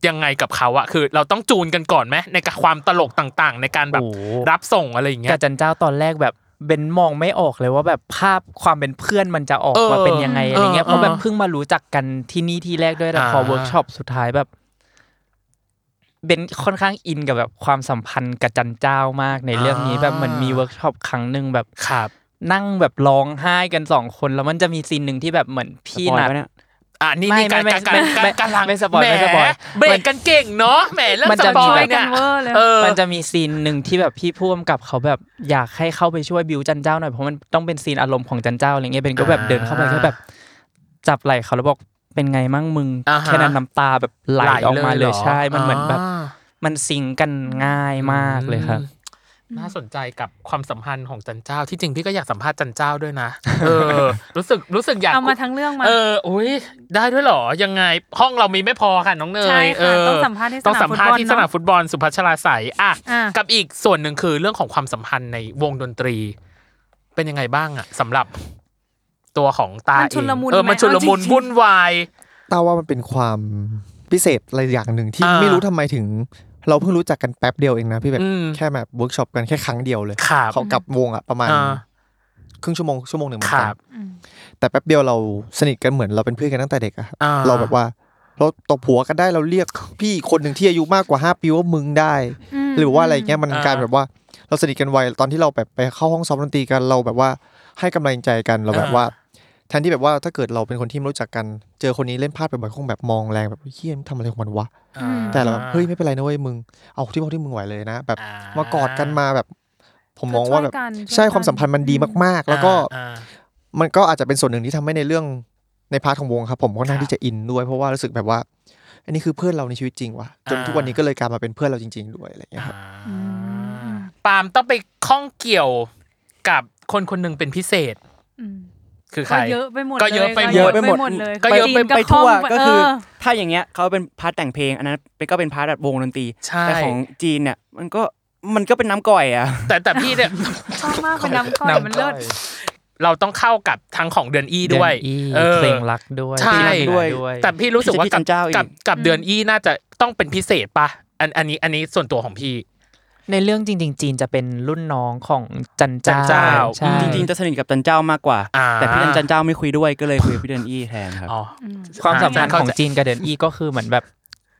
[SPEAKER 3] ยังไงกับเขาอะคือเราต้องจูนกันก่อนไหมในกับความตลกต่างๆ ในการแบบ
[SPEAKER 4] โอ้โห
[SPEAKER 3] รับส่งอะไรอย่างเงี้
[SPEAKER 4] กับ
[SPEAKER 3] ย
[SPEAKER 4] จันเจ้าตอนแรกแบบเบนมองไม่ออกเลยว่าแบบภาพความเป็นเพื่อนมันจะออก
[SPEAKER 3] เออ
[SPEAKER 4] มาเป็นยังไงอะไรเงี้ย
[SPEAKER 3] เออ
[SPEAKER 4] เพราะแบบเพิ่งมารู้จักกันที่นี่ที่แรกด้วยแต่
[SPEAKER 3] อ่า
[SPEAKER 4] พอเวิร์กช็อปสุดท้ายแบบเบนค่อนข้างอินกับแบบความสัมพันธ์กับจันเจ้ามากในเรื่องนี้แบบเหมือนมีเวิร์กช็อปครั้งหนึ่งแบบ
[SPEAKER 3] ครับ
[SPEAKER 4] นั่งแบบร้องไห้กันสองคน แล้วมันจะมีซีนหนึ่งที่แบบเหมือนพี่
[SPEAKER 5] สปอย
[SPEAKER 4] นัด
[SPEAKER 5] ไว้เย
[SPEAKER 3] อ่านี่
[SPEAKER 4] ไม่
[SPEAKER 3] นี่การ
[SPEAKER 4] ไม่
[SPEAKER 3] การการ
[SPEAKER 4] ไม่ไม่
[SPEAKER 3] การการลัง
[SPEAKER 4] ไม่สปอยไม่สปอย
[SPEAKER 3] แหมเบรกกันเก่งเนาะแหมเรื่อง
[SPEAKER 4] มัน
[SPEAKER 3] ส
[SPEAKER 4] จะ
[SPEAKER 3] ป
[SPEAKER 4] มี
[SPEAKER 3] อย
[SPEAKER 2] ไป
[SPEAKER 4] แบ
[SPEAKER 2] กั
[SPEAKER 4] บ
[SPEAKER 3] เนี่
[SPEAKER 2] น
[SPEAKER 3] ย
[SPEAKER 2] เวอร์เลย
[SPEAKER 3] เออ
[SPEAKER 4] มันจะมีซีนหนึ่งที่แบบพี่พ่วมกับเขาแบบอยากให้เข้าไปช่วยบิวจันเจ้าหน่อยเพราะมันต้องเป็นซีนอารมณ์ของจันเจ้าอะไรเงี้ยเบนก็แบบเดินเข้าไปก็แบบ จับไหล่เขาแล้วบอกเป็นไงมั่งมึง
[SPEAKER 3] าฮะ
[SPEAKER 4] แค่นั้นน้ำตาแบบไหลออกมาเลย
[SPEAKER 3] หหร
[SPEAKER 4] ใช่มันเหมือนแบบ
[SPEAKER 3] า
[SPEAKER 4] มันซิงกันง่ายมากเลยครับ
[SPEAKER 3] น่าสนใจกับความสัมพันธ์ของจันเจ้าที่จริงพี่ก็อยากสัมภาษณ์จันเจ้าด้วยนะเออ รู้สึกรู้สึกอยาก
[SPEAKER 2] เอามาทั้งเรื่องมา
[SPEAKER 3] เออ อุ้ย ได้ด้วยเหรอ ยังไง ห้องเรามีไม่พอค่ะน้องเนย
[SPEAKER 2] ใช่ค่ะ
[SPEAKER 3] เ
[SPEAKER 2] ต้องสัมภาษณ์ที่สนาม
[SPEAKER 3] ต้องสัมภาษณ์ที่
[SPEAKER 2] ฟุ
[SPEAKER 3] ส
[SPEAKER 2] ตบอลเนอะ
[SPEAKER 3] นามฟุตบอลสุพัชราใสยอ่ะ
[SPEAKER 2] อ่ะ
[SPEAKER 3] กับอีกส่วนหนึ่งคือเรื่องของความสัมพันธ์ในวงดนตรี เป็นยังไงบ้างอะสำหรับตัวของตา
[SPEAKER 2] มั
[SPEAKER 3] ม
[SPEAKER 2] นชุลมุน
[SPEAKER 3] เออ
[SPEAKER 2] ไหม
[SPEAKER 3] มันชุลมุ
[SPEAKER 2] เอา
[SPEAKER 3] น
[SPEAKER 2] จริงๆ
[SPEAKER 3] วุ่นวาย
[SPEAKER 6] ต้าว่ามันเป็นความพิเศษอะไรอย่างหนึ่งที่
[SPEAKER 3] อ่า
[SPEAKER 6] ไม่รู้ทำไมถึง เราเพิ่งรู้จักกันแป๊บเดียวเองนะพี่แบบ
[SPEAKER 3] อืม
[SPEAKER 6] แค่แบบเวิร์กช็อปกันแค่ครั้งเดียวเลย
[SPEAKER 3] ครับ
[SPEAKER 6] เขากับวงอ่ะประมาณ
[SPEAKER 3] อ่า
[SPEAKER 6] ครึ่งชั่วโมงชั่วโมงหนึ่งเหมือ
[SPEAKER 3] คน
[SPEAKER 6] กั
[SPEAKER 3] รั
[SPEAKER 6] น
[SPEAKER 3] บ
[SPEAKER 6] แต่แป๊บเดียวเราสนิทกันเหมือนเราเป็นเพื่อนกันตั้งแต่เด็กอะครับ
[SPEAKER 3] อ่า
[SPEAKER 6] เราแบบว่าเราตบผัวกันได้เราเรียก พี่คนหนึ่งที่อายุมากกว่าห้าปีว่ามึงได้
[SPEAKER 2] ม
[SPEAKER 6] หรือว่าอะไรเงี้ยมัน
[SPEAKER 3] อ่าก
[SPEAKER 6] ลายแบบว่าเราสนิทกันไวตอนที่เราแบบไปเข้าห้องซ้อมดนตรีกันเราแบบว่าให้กำลังใจกันเราแบบ
[SPEAKER 3] อ่า
[SPEAKER 6] ว่า แทนที่แบบว่าถ้าเกิดเราเป็นคนที่ไม่รู้จักกัน เจอคนนี้เล่นพลาดไปบ่อยๆคงแบบมองแรงแบบเฮียมันทำอะไรของมันวะ
[SPEAKER 3] อ่า
[SPEAKER 6] แต่เราแบบเฮ้ยไม่เป็นไรนะเว้ยมึงเอาที่พอที่มึงไหวเลยนะ แบบ
[SPEAKER 3] อ่
[SPEAKER 6] มากอดกันมาแบบ ผมมอง
[SPEAKER 2] ก็
[SPEAKER 6] ว่า
[SPEAKER 2] ช่ย
[SPEAKER 6] แบบ
[SPEAKER 2] กัน
[SPEAKER 6] ใช่
[SPEAKER 2] ยกั
[SPEAKER 6] ความสัมพันธ์มันดีมาก ๆ แล้วก็
[SPEAKER 3] อ่า
[SPEAKER 6] มันก็อาจจะเป็นส่วนหนึ่งที่ทำให้ในเรื่องในพาร์ทของวงครับผมค่อนข้างที่จะอินด้วย เพราะว่ารู้สึกแบบว่า อันนี้คือเพื่อนเราในชีวิตจริงว่ะจนทุกวันนี้ก็เลยกลายมาเป็นเพื่อนเราจริง ๆ ด้วยอะไรอย่างเงี้ยครับ
[SPEAKER 3] อ่าปาล์มต้องไปข้องเกี่ยวกับคนคนหนึ่งเป็นพิเศษ
[SPEAKER 2] อืม
[SPEAKER 3] คือใคร
[SPEAKER 2] ก็เยอะไปหมด
[SPEAKER 3] ก็เยอะไปหมด
[SPEAKER 2] เย
[SPEAKER 5] เย
[SPEAKER 2] อะ
[SPEAKER 5] อะ
[SPEAKER 2] ไป
[SPEAKER 5] ไป
[SPEAKER 2] ห
[SPEAKER 5] ห
[SPEAKER 2] ม
[SPEAKER 5] ม
[SPEAKER 2] ด
[SPEAKER 5] ด
[SPEAKER 2] เลย
[SPEAKER 3] ก็เยอะ
[SPEAKER 2] จีน
[SPEAKER 5] ไปทั่ว
[SPEAKER 2] คล่ง
[SPEAKER 5] ก็คือ
[SPEAKER 2] เ
[SPEAKER 5] ถ้าอย่างเงี้ยเขาเป็นพาร์ทแต่งเพลง อันนั้นเป็นก็เป็นพาร์ทแบบวงดนตรี
[SPEAKER 3] ใช่
[SPEAKER 5] แต่ของจีนเนี่ยมันก็มันก็เป็นน้ำก่อยอ่ะ
[SPEAKER 3] แต่แต่พี่เนี่ย
[SPEAKER 2] ชอบมากเป็นน้ำก้อยมันเลิศ
[SPEAKER 3] เราต้องเข้ากับทั้งของเดือนอี้ด้วยอ
[SPEAKER 4] เดือนอี้
[SPEAKER 3] อ
[SPEAKER 4] เพลงรักด้วย
[SPEAKER 3] ใช่
[SPEAKER 4] เพลงด้วย
[SPEAKER 3] แต่พี่รู้สึกว่ากับ
[SPEAKER 5] พี่เจ้าอีก
[SPEAKER 3] กับกับเดือนอี้น่าจะต้องเป็นพิเศษปะอันอันนี้อันนี้ส่วนตัวของพี่
[SPEAKER 4] ในเรื่องจริง ๆ จีนจะเป็นรุ่นน้องของจัน
[SPEAKER 3] จั
[SPEAKER 4] เจ้าน
[SPEAKER 3] เจ้า
[SPEAKER 4] ใช่
[SPEAKER 5] จริงๆจะสนิทกับจันเจ้ามากกว่า
[SPEAKER 3] อ่า
[SPEAKER 5] แต่พี่จันเจ้าไม่คุยด้วยก็เลยคุยกับพี่เดือนอี้แทนครับ
[SPEAKER 3] อ๋อ
[SPEAKER 4] ความสัมพันธ์
[SPEAKER 3] อ่า
[SPEAKER 4] ของ
[SPEAKER 3] เข้าใจ
[SPEAKER 4] จีนกับเดือนอีก็คือเหมือนแบบ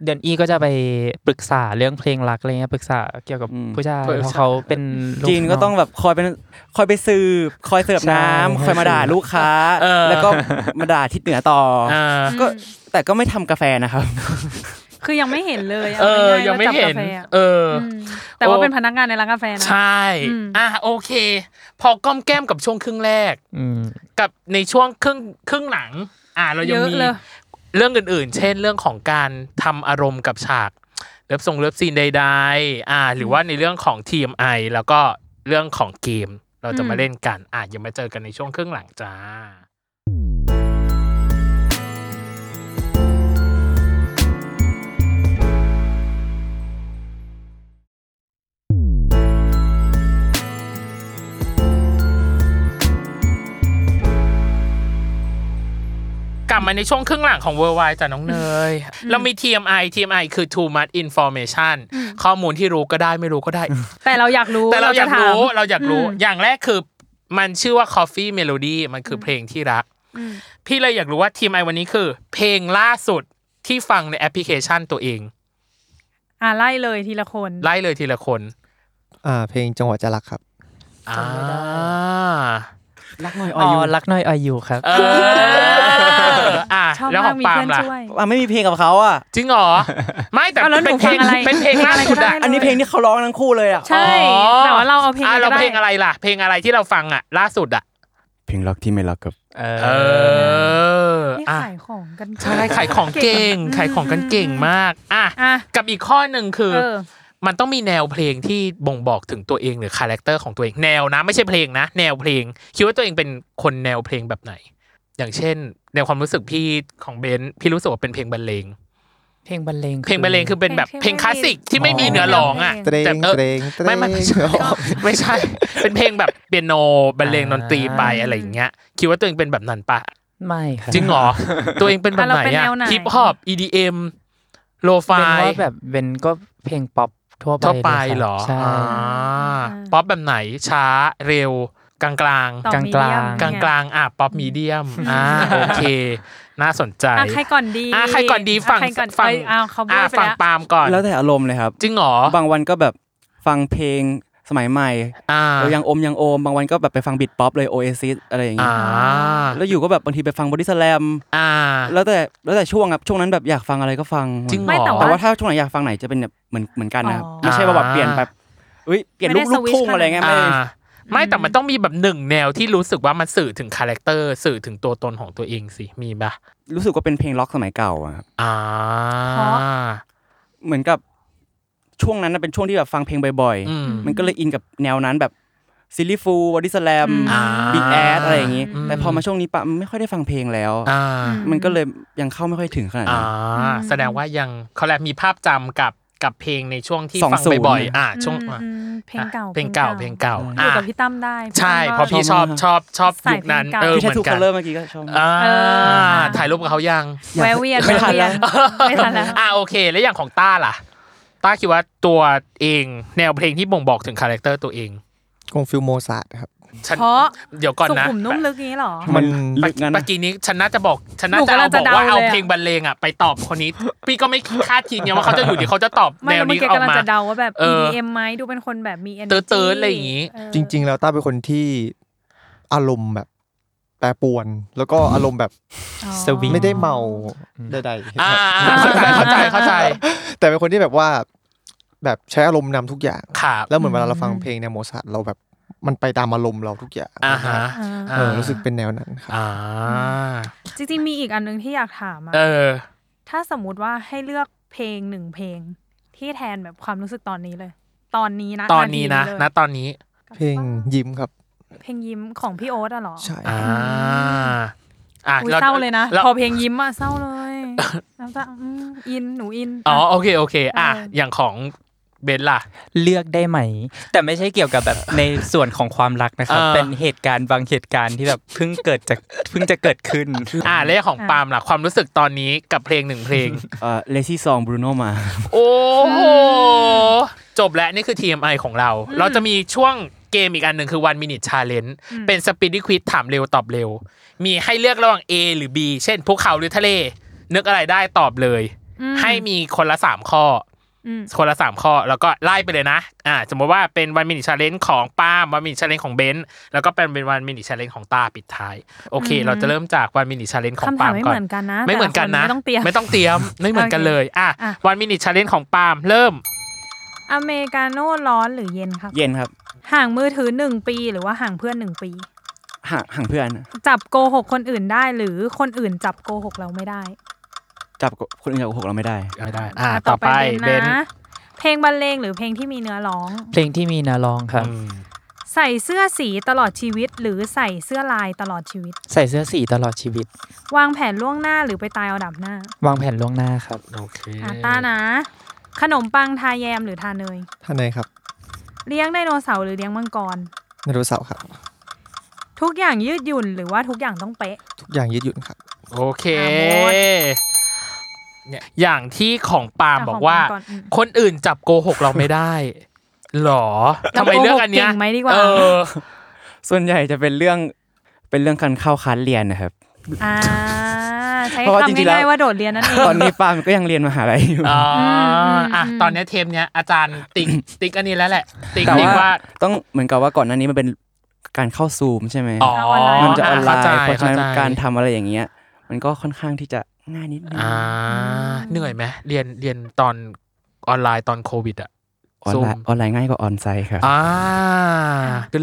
[SPEAKER 4] เดือนอีก็จะไปปรึกษาเรื่องเพลงรักอะไรเงี้ยปรึกษาเกี่ยวกับ
[SPEAKER 5] อืม
[SPEAKER 4] ผู้ชายเพราะเขาเป็นลู
[SPEAKER 5] จีนก็ต้องแบบคอยเป็นคอยไปสืบคอยเสิร์ฟน้ำ
[SPEAKER 4] ใช่
[SPEAKER 5] คอยมาด่าลูกค้า
[SPEAKER 3] เออ
[SPEAKER 5] แล้วก็มาด่าทิศเหนือต่ออ
[SPEAKER 3] อ่า
[SPEAKER 5] ก็แต่ก็ไม่ทำกาแฟนะครับ
[SPEAKER 2] คือยังไม่เห็นเลยะ
[SPEAKER 3] เออ
[SPEAKER 2] อาาๆ
[SPEAKER 3] ยังไม่
[SPEAKER 2] ว่าจับ
[SPEAKER 3] เห็น
[SPEAKER 2] กาแฟอะ
[SPEAKER 3] เออ
[SPEAKER 2] มแต่ว่า
[SPEAKER 3] โอ้
[SPEAKER 2] เป็นพนักงานในร้านกาแฟนะ
[SPEAKER 3] ใช่
[SPEAKER 2] อืม
[SPEAKER 3] อ่ะโอเค พอก้อมแก้มกับช่วงครึ่งแรก
[SPEAKER 4] อืม
[SPEAKER 3] กับในช่วงครึ่งครึ่งหลัง อ่ะเรายัง
[SPEAKER 2] เยอะ
[SPEAKER 3] มี
[SPEAKER 2] เลย
[SPEAKER 3] เรื่องอื่นๆ เช่นเรื่องของการทำอารมณ์กับฉากเลิฟทรงเลิฟซีนใดๆ อ่า หรือว่าในเรื่องของ TMI แล้วก็เรื่องของเกมเราจะมา
[SPEAKER 2] อืม
[SPEAKER 3] เล่นกัน อ่ะยังมาเจอกันในช่วงครึ่งหลังจ้า กลับมาในช่วงครึ่งหลังของเวอร์ไวจ้ะน้องเนย เรามี TMI TMI คือ too much information ข้อมูลที่รู้ก็ได้ไม่รู้ก็ได้
[SPEAKER 2] แต่เราอยากรู้
[SPEAKER 3] แต่เราอยาก
[SPEAKER 2] จะถม
[SPEAKER 3] รู้เราอยากรู้
[SPEAKER 2] อืม
[SPEAKER 3] อย่างแรกคือมันชื่อว่า Coffee Melody มันคือเพลงที่รัก
[SPEAKER 2] อืม
[SPEAKER 3] พี่เลยอยากรู้ว่าทีมไอวันนี้คือ เพลงล่าสุดที่ฟังในแอปพลิเคชันตัวเอง
[SPEAKER 2] อ่าไล่เลยทีละคน
[SPEAKER 3] ไล่เลยทีละคน
[SPEAKER 6] อ่า เพลงจังหวะจะรักครับ
[SPEAKER 3] อ่า
[SPEAKER 4] จำไม่ได้
[SPEAKER 5] รักหน่อย
[SPEAKER 4] อ๋
[SPEAKER 5] อ่
[SPEAKER 4] อ
[SPEAKER 5] อน
[SPEAKER 4] รักน้อยออยอยู่ครับ
[SPEAKER 3] เอออ่ะ
[SPEAKER 2] ชอบ
[SPEAKER 3] แล้ว
[SPEAKER 2] มา
[SPEAKER 3] ข
[SPEAKER 2] ก
[SPEAKER 3] อง
[SPEAKER 2] มี
[SPEAKER 3] ปาล์
[SPEAKER 2] เพื่อ
[SPEAKER 3] ม
[SPEAKER 2] น
[SPEAKER 3] ล่ะ
[SPEAKER 2] ช่วย
[SPEAKER 5] อ่ะไม่มีเพลงกับเขาอ่ะ
[SPEAKER 3] จริงเหรอ ไม่แต่
[SPEAKER 2] เอาแล้วหนู
[SPEAKER 3] เป็นเพลง
[SPEAKER 2] ฟังอะไร
[SPEAKER 3] เป็นเพลงล่าสุดอะ
[SPEAKER 2] ไม่ได้
[SPEAKER 5] อันนี้เพลงที่เขาร้องทั้งคู่เลยอ่ะ
[SPEAKER 2] ใช่แต่ว่าเราเอาเพลง
[SPEAKER 3] อ่ะ
[SPEAKER 2] อะไร
[SPEAKER 3] เรา
[SPEAKER 2] ก็ได้
[SPEAKER 3] เพลงอะไรล่ะ เพลงอะไรที่เราฟังอ่ะ ล่าสุดอ่ะ
[SPEAKER 7] เพลงรักที่ไม่รักครับ
[SPEAKER 4] เอ
[SPEAKER 3] เออ
[SPEAKER 2] นี่
[SPEAKER 3] อ่ะ
[SPEAKER 2] ขายของกัน
[SPEAKER 3] ใช่ขายของเก่งขายของกันเก่งมากอ่ะ
[SPEAKER 2] อ่ะ
[SPEAKER 3] กับอีกข้อหนึ่งคือ
[SPEAKER 2] เออ
[SPEAKER 3] มันต้องมีแนวเพลงที่บ่งบอกถึงตัวเองหรือคาแรคเตอร์ของตัวเองแนวนะ ไม่ใช่เพลงนะ แนวเพลง คิดว่าตัวเองเป็นคนแนวเพลงแบบไหน อย่างเช่น แนวความรู้สึกพี่ของเบนซ์พี่รู้สึกว่าเป็นเพลงบรรเลง
[SPEAKER 4] เพลงบรรเลง
[SPEAKER 3] เพลงบรรเลงคือเป็นแบบเพ
[SPEAKER 2] เพล
[SPEAKER 3] ลง
[SPEAKER 2] ง
[SPEAKER 3] คลาสสิกที่ไม่มี
[SPEAKER 4] อ๋อ
[SPEAKER 3] เนื้อร้องอ่ะ
[SPEAKER 6] เตรง
[SPEAKER 3] แต่เออ
[SPEAKER 6] เตรงเตรง
[SPEAKER 3] ไม่ไม่ไม่ใช่ ไม่ใช่ เป็นเพลงแบบเปียโนบรรเลงดนตรีไป
[SPEAKER 2] อ่า
[SPEAKER 3] อะไรอย่างเงี้ยคิดว่าตัวเองเป็นแบบนั้นปะ
[SPEAKER 4] ไม่ครับ
[SPEAKER 3] จริงเหรอ ตัวเองเป็นแบบไหน
[SPEAKER 2] อ่ะเราเป็น
[SPEAKER 3] อ่ะ
[SPEAKER 2] แนวไหน
[SPEAKER 3] ฮิปฮอป EDM โลฟา
[SPEAKER 4] เป็น
[SPEAKER 3] ย
[SPEAKER 4] ว่าแบบเป็นก็เพลงป๊อปทั่วไป
[SPEAKER 3] ทั่วไป
[SPEAKER 4] ลยคบ
[SPEAKER 3] เหรอ
[SPEAKER 4] ใช่
[SPEAKER 3] อ่าป๊อปแบบไหนช้าเร็ว กลางกลาง
[SPEAKER 2] ต่
[SPEAKER 3] ก
[SPEAKER 2] อ
[SPEAKER 3] ลาง
[SPEAKER 4] กลา
[SPEAKER 2] กลา
[SPEAKER 3] กลาง
[SPEAKER 4] งกลาง
[SPEAKER 3] งกลางอ่ะป๊อปมีเดียมอ่าโอเค น่าสนใจ
[SPEAKER 2] อ่ะใครก่อนดี
[SPEAKER 3] อ่ะใครก่อนดีฝั่ง
[SPEAKER 2] ะใครก่อน
[SPEAKER 3] ฝั่ง
[SPEAKER 2] เอ้ยอ้าวเขาบ้
[SPEAKER 3] อ่ะ
[SPEAKER 2] วยไป
[SPEAKER 3] ฟัง
[SPEAKER 2] แล้ว
[SPEAKER 3] ปาล์มก่อน
[SPEAKER 5] แล้วแต่อารมณ์เลยครับ
[SPEAKER 3] จริงเหรอบ
[SPEAKER 5] างวันก็แบบฟังเพลงสมัยใหม่
[SPEAKER 3] อ่า
[SPEAKER 5] เออยังอมยังโอม บางวันก็แบบไปฟังบิดป๊อปเลยโอเอซิสอะไรอย่างเงี้
[SPEAKER 3] อ่าย
[SPEAKER 5] แล้วอยู่ก็แบบบางทีไปฟังบอดี้สแลม
[SPEAKER 3] อ่า
[SPEAKER 5] แล้วแต่แล้วแต่ช่วงครับช่วงนั้นแบบอยากฟังอะไรก็ฟัง
[SPEAKER 3] จริงเหรอ
[SPEAKER 2] ไม่แต่
[SPEAKER 5] แต่
[SPEAKER 2] ว่า
[SPEAKER 5] ว่าถ้าช่วงไหนอยากฟังไหนจะเป็นแบบเหมือนเหมือนกันนะครับ
[SPEAKER 2] อ๋อ
[SPEAKER 5] ไม่ใช่ว่าแบบเปลี่ยนแบบเอ้ยเปลี่ยนลูก
[SPEAKER 2] ไม่ได้
[SPEAKER 5] ลูกทุ่ง
[SPEAKER 2] switch
[SPEAKER 5] อะไรเงี้ยไม่
[SPEAKER 3] อ่า
[SPEAKER 5] ได้
[SPEAKER 3] ไม่แต่มันต้องมีแบบหนึ่งแนวที่รู้สึกว่ามันสื่อถึงคาแรคเตอร์สื่อถึงตัวตนของตัวเองสิมีปะ
[SPEAKER 5] รู้สึกว่าเป็นเพลงล็อกสมัยเก่าอะครับ
[SPEAKER 3] อ่า
[SPEAKER 2] เพราะ
[SPEAKER 5] เหมือนกับช่วงนั้นนะเป็นช่วงที่แบบฟังเพลงบ่อย
[SPEAKER 3] อืม
[SPEAKER 5] ๆ มันก็เลยอินกับแนวนั้นแบบซิลลี่ฟูบอดี้สแลม
[SPEAKER 2] อืม
[SPEAKER 3] อ่า
[SPEAKER 5] บิ๊กแอดอะไรอย่างงี้
[SPEAKER 3] อืม
[SPEAKER 5] แต่พอมาช่วงนี้ปะไม่ค่อยได้ฟังเพลงแล้ว
[SPEAKER 3] อ่า
[SPEAKER 5] มันก็เลยยังเข้าไม่ค่อยถึงขนาด
[SPEAKER 3] อ่า
[SPEAKER 5] นั้น
[SPEAKER 3] แสดงว่ายังเขาแลบมีภาพจำกับกับเพลงในช่วงที่
[SPEAKER 5] สอง
[SPEAKER 3] ฟัง
[SPEAKER 5] ศูนย์
[SPEAKER 3] บ่อยๆอ่าช่วง
[SPEAKER 2] อืม
[SPEAKER 3] อ่ะ
[SPEAKER 2] อืมเพลงเก่า
[SPEAKER 3] เพลงเก่าเพลงเก่า
[SPEAKER 2] อยู่
[SPEAKER 3] อ่า
[SPEAKER 2] กับพี่ตั้มได้
[SPEAKER 3] ใช่
[SPEAKER 2] ตั้ม
[SPEAKER 3] เพราะ
[SPEAKER 2] ก็
[SPEAKER 3] พี่ชอบชอบชอบ
[SPEAKER 2] สาย
[SPEAKER 3] ยุคนั้น
[SPEAKER 2] เพลงเก่า
[SPEAKER 3] เออ
[SPEAKER 5] ที่
[SPEAKER 3] เหมือ
[SPEAKER 5] ใช้ทู
[SPEAKER 3] นกั
[SPEAKER 5] คั
[SPEAKER 3] น
[SPEAKER 5] ลเลอร์เมื่อกี้ก็ชอบ
[SPEAKER 3] อ่า
[SPEAKER 2] เออ
[SPEAKER 3] ถ่ายรูปกับเขายัง
[SPEAKER 2] แวะเวียน
[SPEAKER 5] ไม่ทันแล้ว
[SPEAKER 2] แวะเวียนไม่ทันแล้ว
[SPEAKER 3] อ่าโอเค แล้วอย่างของต้าล่ะต้าคิดว่าตัวเองแนวเพลงที่บ่งบอกถึงคาแรคเตอร์ตัวเอง
[SPEAKER 6] คงฟิลโมซาร์ทครับ
[SPEAKER 3] ฉัน
[SPEAKER 2] เพราะ
[SPEAKER 3] เดี๋ยวก่อน
[SPEAKER 2] สุ
[SPEAKER 3] นะ
[SPEAKER 2] ขุมนุ่มลึกนี้เหรอ
[SPEAKER 6] มัน
[SPEAKER 5] ลึกงั้น
[SPEAKER 3] เมื่อกี้นี้ฉันน่าจะบอกฉันน่า
[SPEAKER 2] หนู
[SPEAKER 3] จะ
[SPEAKER 2] กำลั
[SPEAKER 3] เอา
[SPEAKER 2] ง
[SPEAKER 3] บ
[SPEAKER 2] จะ
[SPEAKER 3] อกว่า
[SPEAKER 2] เดา
[SPEAKER 3] เอา
[SPEAKER 2] เลยอะ
[SPEAKER 3] เพลงบรรเลงอ่ะไปตอบคนนี้พี่ก็ไม่คาดคิดไงว่าเขาจะอยู่ดีเขาจะตอบ
[SPEAKER 2] ไม่
[SPEAKER 3] แนว
[SPEAKER 2] แล้วเมื่อ
[SPEAKER 3] นี้ออก
[SPEAKER 2] กี้ำลัง
[SPEAKER 3] มา
[SPEAKER 2] จะเดาว่าแบบ
[SPEAKER 3] เออ
[SPEAKER 2] EDM ไหมดูเป็นคนแบบมี energy
[SPEAKER 3] เติร์ดๆอะไรอย่างงี้
[SPEAKER 2] เ
[SPEAKER 6] จริง ๆ แล้วต้าเป็นคนที่อารมณ์แบบแปรปรวน แล้วก็อารมณ์แบบ
[SPEAKER 2] อ๋อ
[SPEAKER 4] สวิง
[SPEAKER 6] ไม่ได้เมาใดๆ
[SPEAKER 3] อ่า
[SPEAKER 6] ครับ
[SPEAKER 3] เข้าใจเข้าใจเข้าใจ
[SPEAKER 6] แต่เป็นคนที่แบบว่า แบบใช้อารมณ์นำทุกอย่าง
[SPEAKER 3] ครับ
[SPEAKER 6] แล้วเหมือนเวลาเราฟังเพลงแนวโมซาร์ทเราแบบมันไปตามอารมณ์เราทุกอย่าง
[SPEAKER 3] อ่าฮะ
[SPEAKER 2] อ่า
[SPEAKER 6] เออรู้สึกเป็นแนวนั้นครับ
[SPEAKER 3] อ่า
[SPEAKER 2] จริงๆมีอีกอันนึงที่อยากถามอะ
[SPEAKER 3] เออ
[SPEAKER 2] ถ้าสมมุติว่าให้เลือกเพลงหนึ่งเพลง ที่แทนแบบความรู้สึกตอนนี้เลย ตอนนี้นะ
[SPEAKER 3] ตอนนี้นะ
[SPEAKER 2] าที
[SPEAKER 3] นะ
[SPEAKER 2] เลย
[SPEAKER 3] ตอนนี้
[SPEAKER 6] เพลงยิ้มครับ
[SPEAKER 2] เพลงยิ้มของพี่โอ๊ตอะเหรอ
[SPEAKER 6] ใช่
[SPEAKER 3] อ่า อ่ะ
[SPEAKER 2] อุ๊ยเศร้าเลยนะ
[SPEAKER 3] รา
[SPEAKER 2] พอเพลงยิ้มอะเศร้า เลยน้ำตาอืมอินหนูอิน
[SPEAKER 3] อ๋อโอเคโอเค อ่ะ
[SPEAKER 2] เออ
[SPEAKER 3] อ
[SPEAKER 2] อ
[SPEAKER 3] ย่างของเบนซ์ล่ะ
[SPEAKER 4] เลือกได้ไหม แต่ไม่ใช่เกี่ยวกับแบบ ในส่วนของความรักนะครับ
[SPEAKER 3] อ่า
[SPEAKER 4] เป็นเหตุการณ์บางเหตุการณ์ที่แบบเพิ่งเกิดจากเพิ่งจะเกิดขึ้น
[SPEAKER 3] อ่ะเรื่องของปาล์มล่ะ ความรู้สึกตอนนี้กับเพลงหนึ่งเพลง
[SPEAKER 5] เอ่อเลซี่ซองบรูโนมา
[SPEAKER 3] โอ้โหจบแล้วนี่คือ TMI ของเรา เราจะมีช่วงเกมอีกอันหนึ่งคือ one minute challenge เป็น speed quiz ถามเร็วตอบเร็ว มีให้เลือกระหว่าง A หรือ B เช่นภูเขาหรือทะเล นึกอะไรได้ตอบเลย ให้มีคนละ 3 ข้อ
[SPEAKER 2] อืม
[SPEAKER 3] คนละสามข้อแล้วก็ไล่ไปเลยนะ อ่า สมมติว่าเป็นวันมินิชาเลนของป้ามวันมินิชาเลนของเบนซ์แล้วก็เป็นเป็นวันมินิชาเลนของตาปิดท้าย โอเค เราจะเริ่มจากวันมินิชาเลนของ
[SPEAKER 2] คำ
[SPEAKER 3] ป้า
[SPEAKER 2] ถาม
[SPEAKER 3] ม
[SPEAKER 2] ไม่
[SPEAKER 3] ก่อ
[SPEAKER 2] เหมื
[SPEAKER 3] น
[SPEAKER 2] อนกันนะ
[SPEAKER 3] ไม่เหมือนกันนะ
[SPEAKER 2] แต่ละคไม่ต้องเตรียม
[SPEAKER 3] ไม่ต้องเตรียม ไม่เหมือนกันเลย อ่ะ
[SPEAKER 2] อ่ะ
[SPEAKER 3] วันมินิชาเลนของปาล์มเริ่ม
[SPEAKER 2] อเมริกาโน่ร้อนหรือเย็นครับ
[SPEAKER 5] เย็นครับ
[SPEAKER 2] ห่างมือถือหนึ่งปีหรือว่าห่างเพื่อนหนึ่งปี
[SPEAKER 5] ห่างห่างเพื่อน
[SPEAKER 2] จับโกหกคนอื่นได้หรือคนอื่นจับโกหกเราไม่ได้
[SPEAKER 5] จับคนอื่นจับโกหกเราไม่ได้
[SPEAKER 3] ไม่ได้ อ่า
[SPEAKER 2] ะ
[SPEAKER 3] ต่อไปเบน
[SPEAKER 2] นะเพลงบรรเลงหรือเพลงที่มีเนื้อร้อง
[SPEAKER 4] เพลงที่มีนาลองครับ
[SPEAKER 3] อืม
[SPEAKER 2] ใส่เสื้อสีตลอดชีวิต หรือใส่เสื้อลายตลอดชีวิต
[SPEAKER 4] ใส่เสื้อสีตลอดชีวิต
[SPEAKER 2] วางแผนล่วงหน้าหรือไปตายเอาดับหน้าว
[SPEAKER 4] างแผนล่วงหน้าครับ
[SPEAKER 3] โอเค
[SPEAKER 2] อาตานะ ขนมปังทาแยมหรือทาเนย
[SPEAKER 6] ท่านไหนครับ
[SPEAKER 2] เลี้ยงไดโนเสาร์หรือเลี้ยงมังกร
[SPEAKER 6] ไดโนเสาร์ครับ
[SPEAKER 2] ทุกอย่างยืดหยุ่นหรือว่าทุกอย่างต้องเป๊ะ
[SPEAKER 6] ทุกอย่างยืดหยุ่นครับ
[SPEAKER 3] โอเค
[SPEAKER 2] อ่ะหมด
[SPEAKER 3] เนี่ยอย่างที่ของปาล์มบอกว่า
[SPEAKER 2] เขงมังรอืม
[SPEAKER 3] คนอื่นจับโกหกเราไม่ได้ หรอทำไมเลือกอันเนี้ย
[SPEAKER 2] เราโกหกเก่งไหมดีกว่า
[SPEAKER 3] เออ
[SPEAKER 5] ส่วนใหญ่จะเป็นเรื่องเป็นเรื่องการเข้าคลาสเรียนนะครับ
[SPEAKER 2] อ่าใช้
[SPEAKER 5] เพราะว่าจ
[SPEAKER 2] คำ
[SPEAKER 5] ริงๆแล้ว
[SPEAKER 2] ง่ายๆว่าโดดเรียนนั่นเอง
[SPEAKER 5] ตอนนี้ปาล์มก็ยังเรียนมหาลัย อยู่
[SPEAKER 3] อ๋ออ่ะ
[SPEAKER 2] อืม
[SPEAKER 3] ตอนเนี้ยเทมเนี้ยอาจารย์ติ๊ก ติ๊กอันนี้แล้วแหละ ติ๊ก
[SPEAKER 5] แต่
[SPEAKER 3] ติ๊ก
[SPEAKER 5] ว่า
[SPEAKER 3] ว่า
[SPEAKER 5] ต้องเหมือนกับว่าก่อนหน้านี้มันเป็นการเข้าซูมใช่ไหม
[SPEAKER 3] อ๋อ
[SPEAKER 5] มันจะออนไลน์เพ
[SPEAKER 3] เข้าใจ
[SPEAKER 5] ราะฉะนั้น
[SPEAKER 3] เข้ใจ
[SPEAKER 5] การทำอะไรอย่างเงี้ย มันก็ค่อนข้างที่จะง่ายนิดนึง
[SPEAKER 3] อ่าเหนื่อยไหมเรียนเรียนตอนออนไลน์ตอนโควิดอ่ะ
[SPEAKER 5] ออนไลน์
[SPEAKER 3] Zoom
[SPEAKER 5] ออนไลน์ง่ายกว่าออนไซต์ครับ
[SPEAKER 3] อ่า
[SPEAKER 5] ป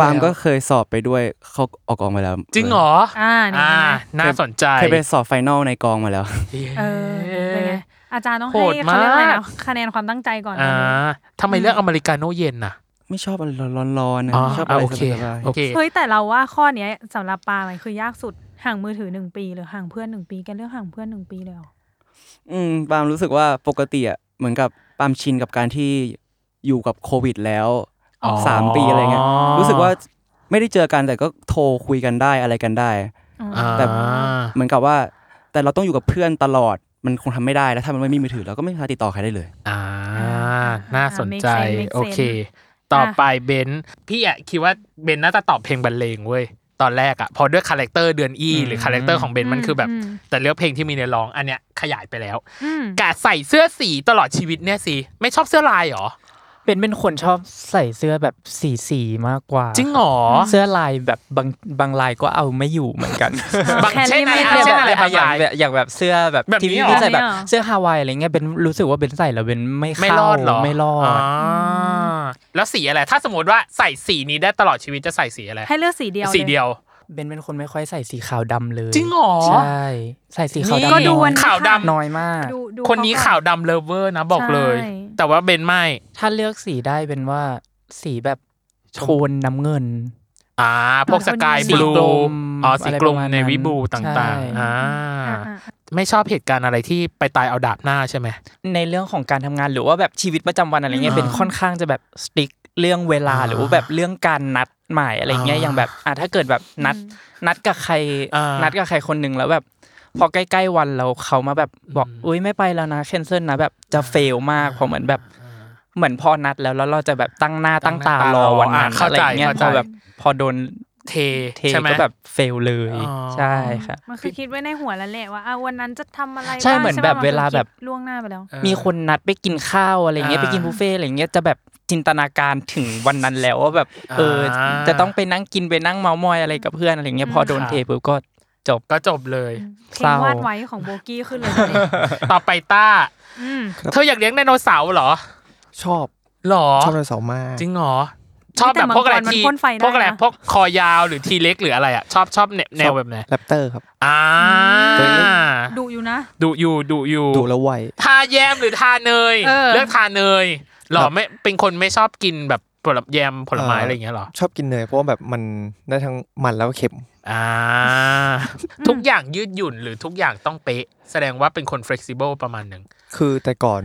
[SPEAKER 5] าล์มก็เคยสอบไปด้วยเขาออกกองไปแล้ว
[SPEAKER 3] จริงเหรอ
[SPEAKER 2] อ่านี่
[SPEAKER 3] อ่า
[SPEAKER 2] เห็นไหม
[SPEAKER 3] น่าสนใจ
[SPEAKER 5] เคยไปสอบไฟนอลในกองมาแล้ว
[SPEAKER 2] เออเป็นไงอาจารย์ต้อง
[SPEAKER 3] โห
[SPEAKER 2] ให้
[SPEAKER 3] ด
[SPEAKER 2] เขา
[SPEAKER 3] มา
[SPEAKER 2] เรียกอะไร
[SPEAKER 3] ก
[SPEAKER 2] นะคะแนนความตั้งใจก่อน
[SPEAKER 3] อ่า
[SPEAKER 2] นะ
[SPEAKER 3] ทำไมเลือกอเมริกาโน่เย็นน่ะ
[SPEAKER 5] ไม่ชอบอะไรร้อนๆนะ
[SPEAKER 3] อ๋อ
[SPEAKER 5] ชอบ
[SPEAKER 3] อ่ะ
[SPEAKER 5] อะไร
[SPEAKER 3] โอเค
[SPEAKER 5] สบาย
[SPEAKER 3] โอเค
[SPEAKER 2] เฮ้ยแต่เราว่าข้อเนี้ยสำหรับปามันคือยากสุดห่างมือถือหนึ่งปี หรือห่างเพื่อนหนึ่งปีแกเลือกห่างเพื่อนหนึ่งปีเลยเหรอ
[SPEAKER 5] ๆอืมปาล์มรู้สึกว่าปกติอ่ะเหมือนกับปาล์มชินกับการที่อยู่กับโควิดแล้ว
[SPEAKER 3] อ๋อ
[SPEAKER 5] สามปีอะไรเงี้ย
[SPEAKER 3] อ๋อ
[SPEAKER 5] รู้สึกว่าไม่ได้เจอกันแต่ก็โทรคุยกันได้อะไรกันได้
[SPEAKER 2] อ๋อ
[SPEAKER 3] อ่า
[SPEAKER 5] แต่ เหมือนกับว่า แต่เราต้องอยู่กับเพื่อนตลอดมันคงทำไม่ได้แล้วถ้ามันไม่มีมือถือเราก็ไม่สามารถติดต่อใครได้เลย
[SPEAKER 3] อ่า
[SPEAKER 2] า
[SPEAKER 3] น่าสนใจ
[SPEAKER 2] make sense make sense
[SPEAKER 3] โอเค ต่อไปเบนซ์พี่อะคิดว่าเบนซ์น่าจะตอบเพลงบรรเลงเว้ย ตอนแรกอะเพอด้วยคาแรคเตอร์เดือนอี
[SPEAKER 5] อืม
[SPEAKER 3] หรือคาแรคเตอร์ของเบนซ์มันคือแบบ
[SPEAKER 2] อืม
[SPEAKER 3] แต่เลือกเพลงที่มีในร้องอันเนี้ยขยายไปแล้ว
[SPEAKER 2] อืม
[SPEAKER 3] กะใส่เสื้อสีตลอดชีวิตเนี่ยสิ ไม่ชอบเสื้อลายเหรอ
[SPEAKER 4] เป็นเป็นคนชอบใส่เสื้อแบบสีสีๆมากกว่า
[SPEAKER 3] จริงเหรอ
[SPEAKER 4] เสื้อลายแบบบางบางลายก็เอาไม่อยู่เหมือนกัน
[SPEAKER 3] บาง
[SPEAKER 2] แค่
[SPEAKER 3] เช่น
[SPEAKER 2] ไม่
[SPEAKER 3] อะไรอ่ะ
[SPEAKER 2] เลือก
[SPEAKER 3] เช่นอะไร
[SPEAKER 4] แบบ
[SPEAKER 3] บางอย่
[SPEAKER 4] อา
[SPEAKER 3] ย่าง ง
[SPEAKER 4] แบบอย่างแบบเสื้อแบบ
[SPEAKER 3] แบบ
[SPEAKER 4] ที่
[SPEAKER 3] นี้เหร
[SPEAKER 4] พี่
[SPEAKER 3] อ
[SPEAKER 4] ใส่แบบ
[SPEAKER 2] แบบนี้เหรอ
[SPEAKER 4] เสื้อฮาวายอะไรเงี้ยเป็นรู้สึกว่าเป็นใส่แล้วเป็นไม่
[SPEAKER 3] ไม่
[SPEAKER 4] เข้าร
[SPEAKER 3] อดเหรอ
[SPEAKER 4] ไม่รอด
[SPEAKER 3] าแล้วสีอะไร ถ้าสมมติว่าใส่สีนี้ได้ตลอดชีวิตจะใส่สีอะไร
[SPEAKER 2] ให้เลือกสีเดียว
[SPEAKER 3] สีเดี
[SPEAKER 2] ล
[SPEAKER 3] ยว
[SPEAKER 4] เป็นเป็นคนไม่ค่อยใส่สีขาวดำเลย
[SPEAKER 3] จริงเหรอ
[SPEAKER 4] ใช่ใส่สีขาว
[SPEAKER 3] นี่
[SPEAKER 4] ดำ
[SPEAKER 2] ก็ดูวัน
[SPEAKER 3] ขาวดำ
[SPEAKER 4] น้อยมาก
[SPEAKER 2] ดูดู
[SPEAKER 3] คนนี้
[SPEAKER 2] เก่อ
[SPEAKER 3] ขาวดำเลฟเวอร์นะบอกเลย
[SPEAKER 2] ใช่
[SPEAKER 3] แต่ว่าเบนไม่
[SPEAKER 4] ถ้าเลือกสีได้เป็นว่าสีแบบ
[SPEAKER 3] ช
[SPEAKER 4] โท
[SPEAKER 3] ม
[SPEAKER 4] นน้ำเงิน
[SPEAKER 3] อ่า พวกสกาย
[SPEAKER 4] สี
[SPEAKER 3] บลู
[SPEAKER 4] กลม
[SPEAKER 3] อ๋อสีกลม
[SPEAKER 4] อะไรประมาณนั้น
[SPEAKER 3] ในวิบูต่าง
[SPEAKER 4] ใช่
[SPEAKER 3] ๆ
[SPEAKER 2] อ่า
[SPEAKER 3] อ่า
[SPEAKER 2] อ่า
[SPEAKER 3] ไม่ชอบเหตุการณ์อะไรที่ไปตายเอาดาบหน้าใช่ไหม
[SPEAKER 4] ในเรื่องของการทำงานหรือว่าแบบชีวิตประจำวันอะไรเงี้ย
[SPEAKER 3] อ่า
[SPEAKER 4] เป็นค่อนข้างจะแบบสติ๊กเรื่องเวลา
[SPEAKER 3] อ่า
[SPEAKER 4] หรือว่าแบบเรื่องการนัดหมายอะไรเงี้ย
[SPEAKER 3] อ่า
[SPEAKER 4] อย่างแบบอ่ะถ้าเกิดแบบนัดนัดกับใคร
[SPEAKER 3] อ่านั
[SPEAKER 4] นัดกับใครคนหนึ่งแล้วแบบ พอใกล้ๆวันเราเขามาแบบบอก
[SPEAKER 3] อืม
[SPEAKER 4] อุ้ยไม่ไปแล้วนะแคนเซิลนะแบบจะเฟลมากเพราะเหมือนแบบ เหมือนพอนัดแล้วแล้วเราจะแบบตั้งหน้าตั้งตารอวันนั้น
[SPEAKER 3] อ่าเข้า
[SPEAKER 4] อะไร
[SPEAKER 3] ใจ
[SPEAKER 4] เงี้ย
[SPEAKER 3] เข้าใจ
[SPEAKER 4] พอแบบพอโดน
[SPEAKER 3] เท
[SPEAKER 4] เท
[SPEAKER 3] ใช่ไหม
[SPEAKER 4] ก็แบบเฟลเลย
[SPEAKER 3] อ๋อ
[SPEAKER 4] ใช่ค่ะ
[SPEAKER 2] มันคือคิดไว้ในหัวแล้วแหละว่าอ่ะวันนั้นจะทำอะไร
[SPEAKER 4] ใช่
[SPEAKER 2] บ้าง
[SPEAKER 4] เหมือน
[SPEAKER 2] ใช่
[SPEAKER 4] แบบ
[SPEAKER 2] ปะ
[SPEAKER 4] เวลา
[SPEAKER 2] คือ
[SPEAKER 4] แบบ
[SPEAKER 2] คิดล่วงหน้าไปแล้ว
[SPEAKER 3] เออ
[SPEAKER 4] มีคนนัดไปกินข้าวอะไรเงี้ย
[SPEAKER 3] อ่า
[SPEAKER 4] ไปกินบุฟเฟ่ต์อะไรเงี้ยจะแบบจินตนาการถึงวันนั้นแล้วว่าแบบเอออา จะต้องไปนั่งกินไปนั่งเมามอยอะไรกับเพื่อนอะไรเงี้ยพอโดน
[SPEAKER 3] ค่ะ
[SPEAKER 4] เทปุ๊บก็จบ
[SPEAKER 3] ก็จบเลย
[SPEAKER 2] เพ
[SPEAKER 4] เศ
[SPEAKER 2] ลง
[SPEAKER 4] ร้า
[SPEAKER 2] วาดไว้ของโบกี้ขึ้นเลยตอนนี้
[SPEAKER 3] ต่อไปต้า
[SPEAKER 2] อืม
[SPEAKER 3] เธออยากเลี้ยงไดโนเสาร์เหรอ
[SPEAKER 6] ชอบ
[SPEAKER 3] หรอ
[SPEAKER 6] ชอบไดโนเสาร์มาก
[SPEAKER 3] จริงเหรอ ชอบ
[SPEAKER 2] แต่
[SPEAKER 3] แบบพวกอะไร
[SPEAKER 2] มังกรมัน
[SPEAKER 3] ที่
[SPEAKER 2] พ่นไฟได้
[SPEAKER 3] พวกอะไร
[SPEAKER 2] นะ
[SPEAKER 3] พวกคอยาวหรือทีเล็กหรืออะไรอ่ะชอบชอบแนวแนวแบบไหน
[SPEAKER 6] แรปเตอร์ครับ
[SPEAKER 3] อ่า
[SPEAKER 6] ตัวเล็ก
[SPEAKER 2] ดุอยู่นะ
[SPEAKER 3] ดุอยู่ดุอยู่
[SPEAKER 6] ดูแล้วไว
[SPEAKER 3] ทาแยมหรือทาเนย
[SPEAKER 2] เออ
[SPEAKER 3] เลือกทาเนยหรอ
[SPEAKER 6] ครับ
[SPEAKER 3] ไม่เป็นคนไม่ชอบกินแบบผลแยมผลไม้
[SPEAKER 6] เอ่ออ
[SPEAKER 3] อะไรอย่างเงี้ยหรอ
[SPEAKER 6] ชอบกินเนยเพราะว่าแบบมันได้ทั้งมันแล้วก็เค็ม
[SPEAKER 3] อ่า ทุกอย่างยืดหยุ่นหรือทุกอย่างต้องเป๊ะ แสดงว่าเป็นคน flexible ประมาณหนึ่ง
[SPEAKER 6] คือแต่ก่อน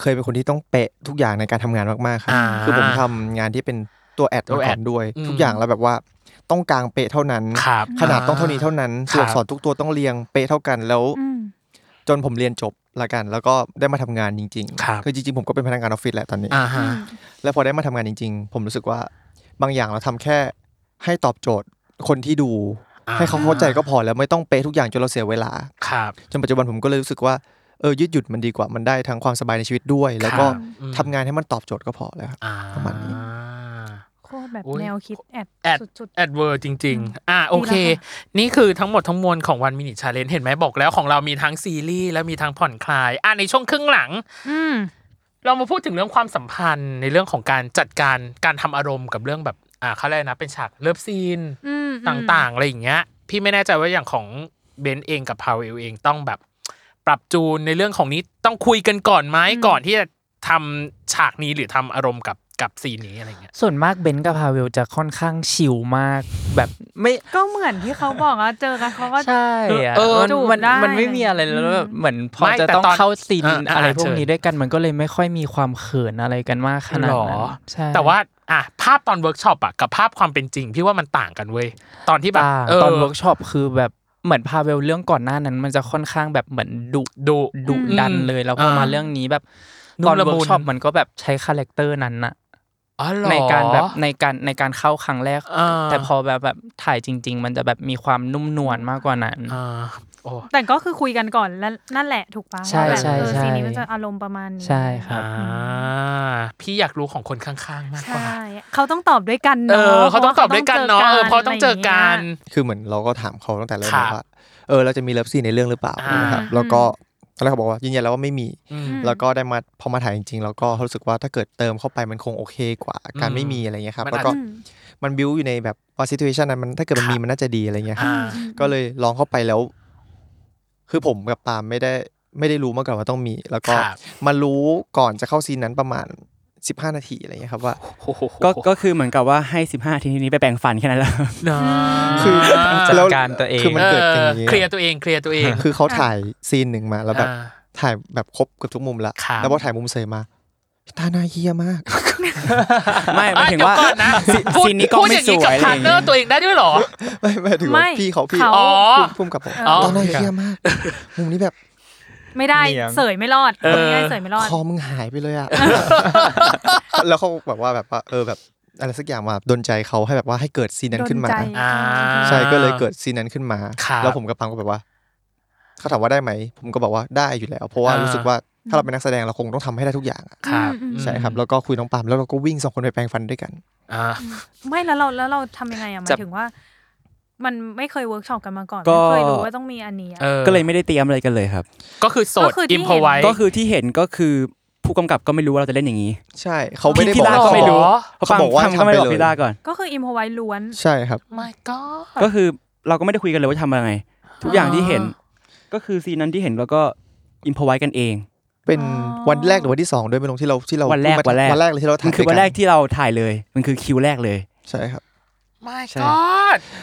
[SPEAKER 6] เคยเป็นคนที่ต้องเป๊ะทุกอย่างในการทำงานมากๆครับ
[SPEAKER 3] อ่า
[SPEAKER 6] คือผมทำงานที่เป็นตัวแอด
[SPEAKER 3] ตัว
[SPEAKER 6] มา
[SPEAKER 3] แอ
[SPEAKER 6] ก่อ
[SPEAKER 3] ด
[SPEAKER 6] นด้วย
[SPEAKER 3] อืม
[SPEAKER 6] ทุกอย่างแล้วแบบว่าต้องกลางเป๊ะเท่านั้น
[SPEAKER 3] ครับ
[SPEAKER 6] ขนาดต้องเท่านี้เท่านั้น
[SPEAKER 3] ครับ
[SPEAKER 6] ตัวอักษรทุกตัวต้องเรียงเป๊ะเท่ากันแล้ว
[SPEAKER 2] อืม
[SPEAKER 6] จนผมเรียนจบละกัน แล้วก็ได้มาทำงานจริง
[SPEAKER 3] ครับ
[SPEAKER 6] คือจริงๆผมก็เป็นพนักงานออฟฟิศแหละตอนนี้
[SPEAKER 3] อ่าฮะ
[SPEAKER 6] แล้วพอได้มาทำงานจริง ๆ ผมรู้สึกว่าบางอย่างเราทำแค่ให้ตอบโจทย์คนที่ดู
[SPEAKER 3] อ่า
[SPEAKER 6] ให้เขาเข้าใจก็พอแล้วไม่ต้องเป๊ะทุกอย่างจนเราเสียเวลา
[SPEAKER 3] ครับ
[SPEAKER 6] จนปัจจุบันผมก็เลยรู้สึกว่า เออยืดหยุ่นมันดีกว่ามันได้ทั้งความสบายในชีวิตด้วย แล้วก็
[SPEAKER 3] ครับอืม
[SPEAKER 6] ทำงานให้มันตอบโจทย์ก็พอแล้วครับ
[SPEAKER 3] อ่า
[SPEAKER 6] ประมาณนี้
[SPEAKER 2] โคตรแบบ
[SPEAKER 3] โอ้ย
[SPEAKER 2] แนวคิดแอดสุด
[SPEAKER 3] แอดเวอร์จริง ๆ อ่ะโอเค
[SPEAKER 2] ดีแล้วค่ะ
[SPEAKER 3] นี่คือทั้งหมดทั้งมวลของวันมินิชาเลนเห็นไหมบอกแล้วของเรามีทั้งซีรีส์และมีทั้งผ่อนคลาย อ่ะในช่วงครึ่งหลัง
[SPEAKER 2] ๆ อืม
[SPEAKER 3] เรามาพูดถึงเรื่องความสัมพันธ์ในเรื่องของการจัดการการทำอารมณ์กับเรื่องแบบอ่าเขาเรียกนะเป็นฉากเลิฟซีน
[SPEAKER 2] อืมอืม
[SPEAKER 3] ต่างๆอะไรอย่างเงี้ยพี่ไม่แน่ใจว่าอย่างของเบนซ์เองกับพาวเวลเองต้องแบบ ปรับจูนในเรื่องของนี้ต้องคุยกันก่อนไหม
[SPEAKER 2] อืม
[SPEAKER 3] ก่อนที่จะทำฉากนี้หรือทำอารมณ์กับกับซีนนี้อะไรเงี้ย
[SPEAKER 4] ส่วนมากเบนซ์กับพาเวลจะค่อนข้างชิลมาก แบบไม่
[SPEAKER 2] ก็เหมือนที่เขาบอกว่าเจอกันเขาก็
[SPEAKER 4] ใช่อะ
[SPEAKER 3] เออ
[SPEAKER 4] มัน
[SPEAKER 2] จูบ
[SPEAKER 4] มัน
[SPEAKER 2] ได้
[SPEAKER 4] มันไม่มีอะไรแล้วแบบเหมือนพอ
[SPEAKER 3] ไม่
[SPEAKER 4] จะ
[SPEAKER 3] แต่
[SPEAKER 4] ต้อง
[SPEAKER 3] ตอน
[SPEAKER 4] เข้าซีน
[SPEAKER 3] อ่าอ่า
[SPEAKER 4] อะไรพวก
[SPEAKER 3] เชิญ
[SPEAKER 4] นี้ด้วยกันมันก็เลยไม่ค่อยมีความเขินอะไรกันมากขนาดนั้นใช่
[SPEAKER 3] แต่ว่าอ่ะภาพตอนเวิร์กช็อปอะกับภาพความเป็นจริงพี่ว่ามันต่างกันเว้ยตอนที่แบบ
[SPEAKER 4] ต่าง
[SPEAKER 3] เออ
[SPEAKER 4] ตอนเวิร์กช็อปคือแบบเหมือนพาเวลเรื่องก่อนหน้านั้น มันจะค่อนข้างแบบเหมือนดุ
[SPEAKER 3] ดู
[SPEAKER 4] ดุ
[SPEAKER 2] อืม
[SPEAKER 4] ดันเลยแล้วพอมา
[SPEAKER 3] อ่า
[SPEAKER 4] เรื่องนี้แบบ
[SPEAKER 3] นุ่
[SPEAKER 4] ตอ
[SPEAKER 3] ม
[SPEAKER 4] น
[SPEAKER 3] ละมุน
[SPEAKER 4] เวิร์กช็อปมันก็แบบใช้คาแรคเตอร์นั้นน่ะ
[SPEAKER 3] อ๋อเหอ
[SPEAKER 4] ในการแบบในการในการเข้าครั้งแรก
[SPEAKER 3] อ่า
[SPEAKER 4] แต่พอแบบแบบถ่ายจริง ๆ มันจะแบบมีความนุ่มนวลมากกว่านั้น
[SPEAKER 3] อ่าโอ้
[SPEAKER 2] แต่ก็คือคุยกันก่อนแล้วนั่นแหละถูกปะ
[SPEAKER 4] ใช่
[SPEAKER 2] ว่าแบบ
[SPEAKER 4] ใช่
[SPEAKER 2] เออ
[SPEAKER 4] ใช่
[SPEAKER 2] ซีนนี้มันจะอารมณ์ประมาณนี้
[SPEAKER 4] ใช่ครับ
[SPEAKER 3] อ่าพี่อยากรู้ของคนข้างๆมากกว่า
[SPEAKER 2] ใช่เขาต้องตอบด้วยกัน
[SPEAKER 3] เอ
[SPEAKER 2] เนาะ
[SPEAKER 3] อเขาต้องตอบด้วยกันเนาะเออเพราะต้องเจอกัน
[SPEAKER 6] คือเหมือนเราก็ถามเขาตั้งแต่เริ่ม
[SPEAKER 3] ครับ
[SPEAKER 6] แล้วว่าเออเราจะมีเลิฟซีนในเรื่องหรือเปล่า
[SPEAKER 3] อ่า
[SPEAKER 6] นะครับแล้วก็ตอนแรกเขาบอกว่ายืนยันแล้วว่าไม่มี
[SPEAKER 3] อืม
[SPEAKER 6] แล้วก็ได้มาพอมาถ่ายจริงๆแล้วก็รู้สึกว่าถ้าเกิดเติมเข้าไปมันคงโอเคกว่า การไม่มีอะไรเงี้ยครับ
[SPEAKER 3] มัน
[SPEAKER 6] แล้ว
[SPEAKER 3] อาจ
[SPEAKER 6] ก็
[SPEAKER 3] จะ
[SPEAKER 6] มันบิวอยู่ในแบบว่าซิทูเอชันนั้นมันถ้าเกิดมันมีมันน่าจะดีอะไรเงี้ยครับ
[SPEAKER 3] อ่า
[SPEAKER 6] ก็เลยลองเข้าไปแล้ว คือผมกับปาล์มไม่ได้ไม่ได้รู้มาก่อนว่าต้องมี แล้วก็
[SPEAKER 3] ครับ
[SPEAKER 6] มารู้ก่อนจะเข้าซีนนั้นประมาณ 15 นาทีอะไรเงี้ยครับว่า
[SPEAKER 3] โอ้โห
[SPEAKER 5] ก็ก็คือเหมือนกับว่าให้สิบห้าทีนี้ไปแบ่งฟันแค่นั้นแหล้ว
[SPEAKER 3] นะ
[SPEAKER 6] คือ
[SPEAKER 4] จัด
[SPEAKER 6] แล้ว
[SPEAKER 4] การตัวเอง
[SPEAKER 6] คือมันเกิดอย่าง
[SPEAKER 3] เอ
[SPEAKER 6] นี้
[SPEAKER 3] อเคลียร์ตัวเองเคลียร์ตัวเอง
[SPEAKER 6] คือเขาถ่ายซีนหนึ่งมาแล้วแบบ
[SPEAKER 3] อ่า
[SPEAKER 6] ถ่ายแบบครบเกือบทุกมุมละ
[SPEAKER 3] ครับ
[SPEAKER 6] แล้วพอถ่ายมุมเสยมาพี่ตาหน้าเฮียมาก
[SPEAKER 5] ไม่หมายถึงว่า
[SPEAKER 3] เดี๋ยก่อนนะ
[SPEAKER 5] ซี
[SPEAKER 3] พูด
[SPEAKER 5] ซีนนี้กล้อง
[SPEAKER 3] พูด
[SPEAKER 5] ไม่
[SPEAKER 3] อย่าง
[SPEAKER 5] ส
[SPEAKER 3] นี้
[SPEAKER 5] ว
[SPEAKER 3] กับ
[SPEAKER 5] ยอะไร
[SPEAKER 3] พาร์
[SPEAKER 5] อ
[SPEAKER 3] ท
[SPEAKER 5] ย่าง
[SPEAKER 3] เนอ
[SPEAKER 5] เงี้
[SPEAKER 3] ร์
[SPEAKER 5] ย
[SPEAKER 3] ตัวเองได้ด้วยเหรอ
[SPEAKER 6] ไม่ไม่ถึงว่า
[SPEAKER 2] ไม่
[SPEAKER 6] พี่เขาพี่
[SPEAKER 2] เขา
[SPEAKER 3] อ๋อ
[SPEAKER 6] พุ่มกับผม
[SPEAKER 3] อ๋อ
[SPEAKER 6] ตาหน้าเฮียมาก มุมนี้แบบ
[SPEAKER 2] ไม่ได้
[SPEAKER 4] เนียง
[SPEAKER 2] เสยไม่รอด
[SPEAKER 3] เออ
[SPEAKER 2] ไม่ได้เสยไม่รอด
[SPEAKER 6] คอมึงหายไปเลยอ่ะ แล้วเขาแบบว่าแบบว่าเออแบบอะไรสักอย่างมาดนใจเขาให้แบบว่าให้เกิดซีนนั้นขึ้นมา
[SPEAKER 2] ดลใจ
[SPEAKER 3] อ่า
[SPEAKER 6] ใช่ก็เลยเกิดซีนนั้นขึ้นมา
[SPEAKER 3] ครับ
[SPEAKER 6] แล้วผมกับปังก็แบบว่าเขาถามว่าได้ไหม ผมก็บอกว่าได้อยู่แล้ว เพราะว่ารู้สึกว่าถ้าเราเป็นนักแสดงเราคงต้องทำให้ได้ทุกอย่างอะ
[SPEAKER 3] ครับ
[SPEAKER 2] อืมอืม
[SPEAKER 6] ใช่ครับแล้วก็คุยน้องปาล์มแล้วเราก็วิ่งสองคนไปแปรงฟันด้วยกัน
[SPEAKER 3] อ่า
[SPEAKER 2] ไม่แล้วเราแล้วเราทำยังไงอะหมา
[SPEAKER 4] จะ
[SPEAKER 2] ยถึงว่า มันไม่เคยเวิร์กช็อปกันมาก่อน
[SPEAKER 5] ก็
[SPEAKER 2] ไม่เคยรู้ว่าต้องมีอันนี้อะ
[SPEAKER 3] เออ
[SPEAKER 5] ก็เลยไม่ได้เตรียมอะไรกันเลยครับ
[SPEAKER 3] ก็คือโสด
[SPEAKER 2] ก็คือที่
[SPEAKER 3] อิมพอไว้
[SPEAKER 5] ก็คือที่เห็นก็คือผู้กำกับก็ไม่รู้ว่าเราจะเล่นอย่างนี้
[SPEAKER 6] ใช่เขาไม่ได้บ
[SPEAKER 5] พี่
[SPEAKER 6] อก
[SPEAKER 5] ล่า
[SPEAKER 6] ว่า
[SPEAKER 5] ก็ไม่รู้
[SPEAKER 6] เขาบอกว่า
[SPEAKER 5] ฟังก็
[SPEAKER 6] ทำไป
[SPEAKER 5] ไม่ได้บอก
[SPEAKER 6] เลย
[SPEAKER 5] พี่ล่าก่อน
[SPEAKER 2] ก็คืออิมพอไว้ล้วน
[SPEAKER 6] ใช่ครับ
[SPEAKER 3] ไม่ก็
[SPEAKER 5] ก็คือเราก็ไม่ได้คุยกันเลยว่าจะทำอะไร ทุกอย่างที่เห็น
[SPEAKER 3] อ๋อ
[SPEAKER 5] ก็คือซีนนั้นที่เห็นแล้วก็อินพอไว้กันเอง
[SPEAKER 6] เป็น
[SPEAKER 2] อ๋อ
[SPEAKER 6] วันแรกหรือวันที่สองด้วยไม่ลงที่เราที่เรา
[SPEAKER 5] วันแรก
[SPEAKER 6] วันแรก
[SPEAKER 5] วันแรก
[SPEAKER 6] เลยที่เราถ่า
[SPEAKER 5] มั
[SPEAKER 6] ย
[SPEAKER 5] นคือวันแรกที่เราถ่ายเลย มันคือคิวแรกเลย
[SPEAKER 6] ใช่ครับ
[SPEAKER 3] ไม่
[SPEAKER 5] ใช่
[SPEAKER 3] ก็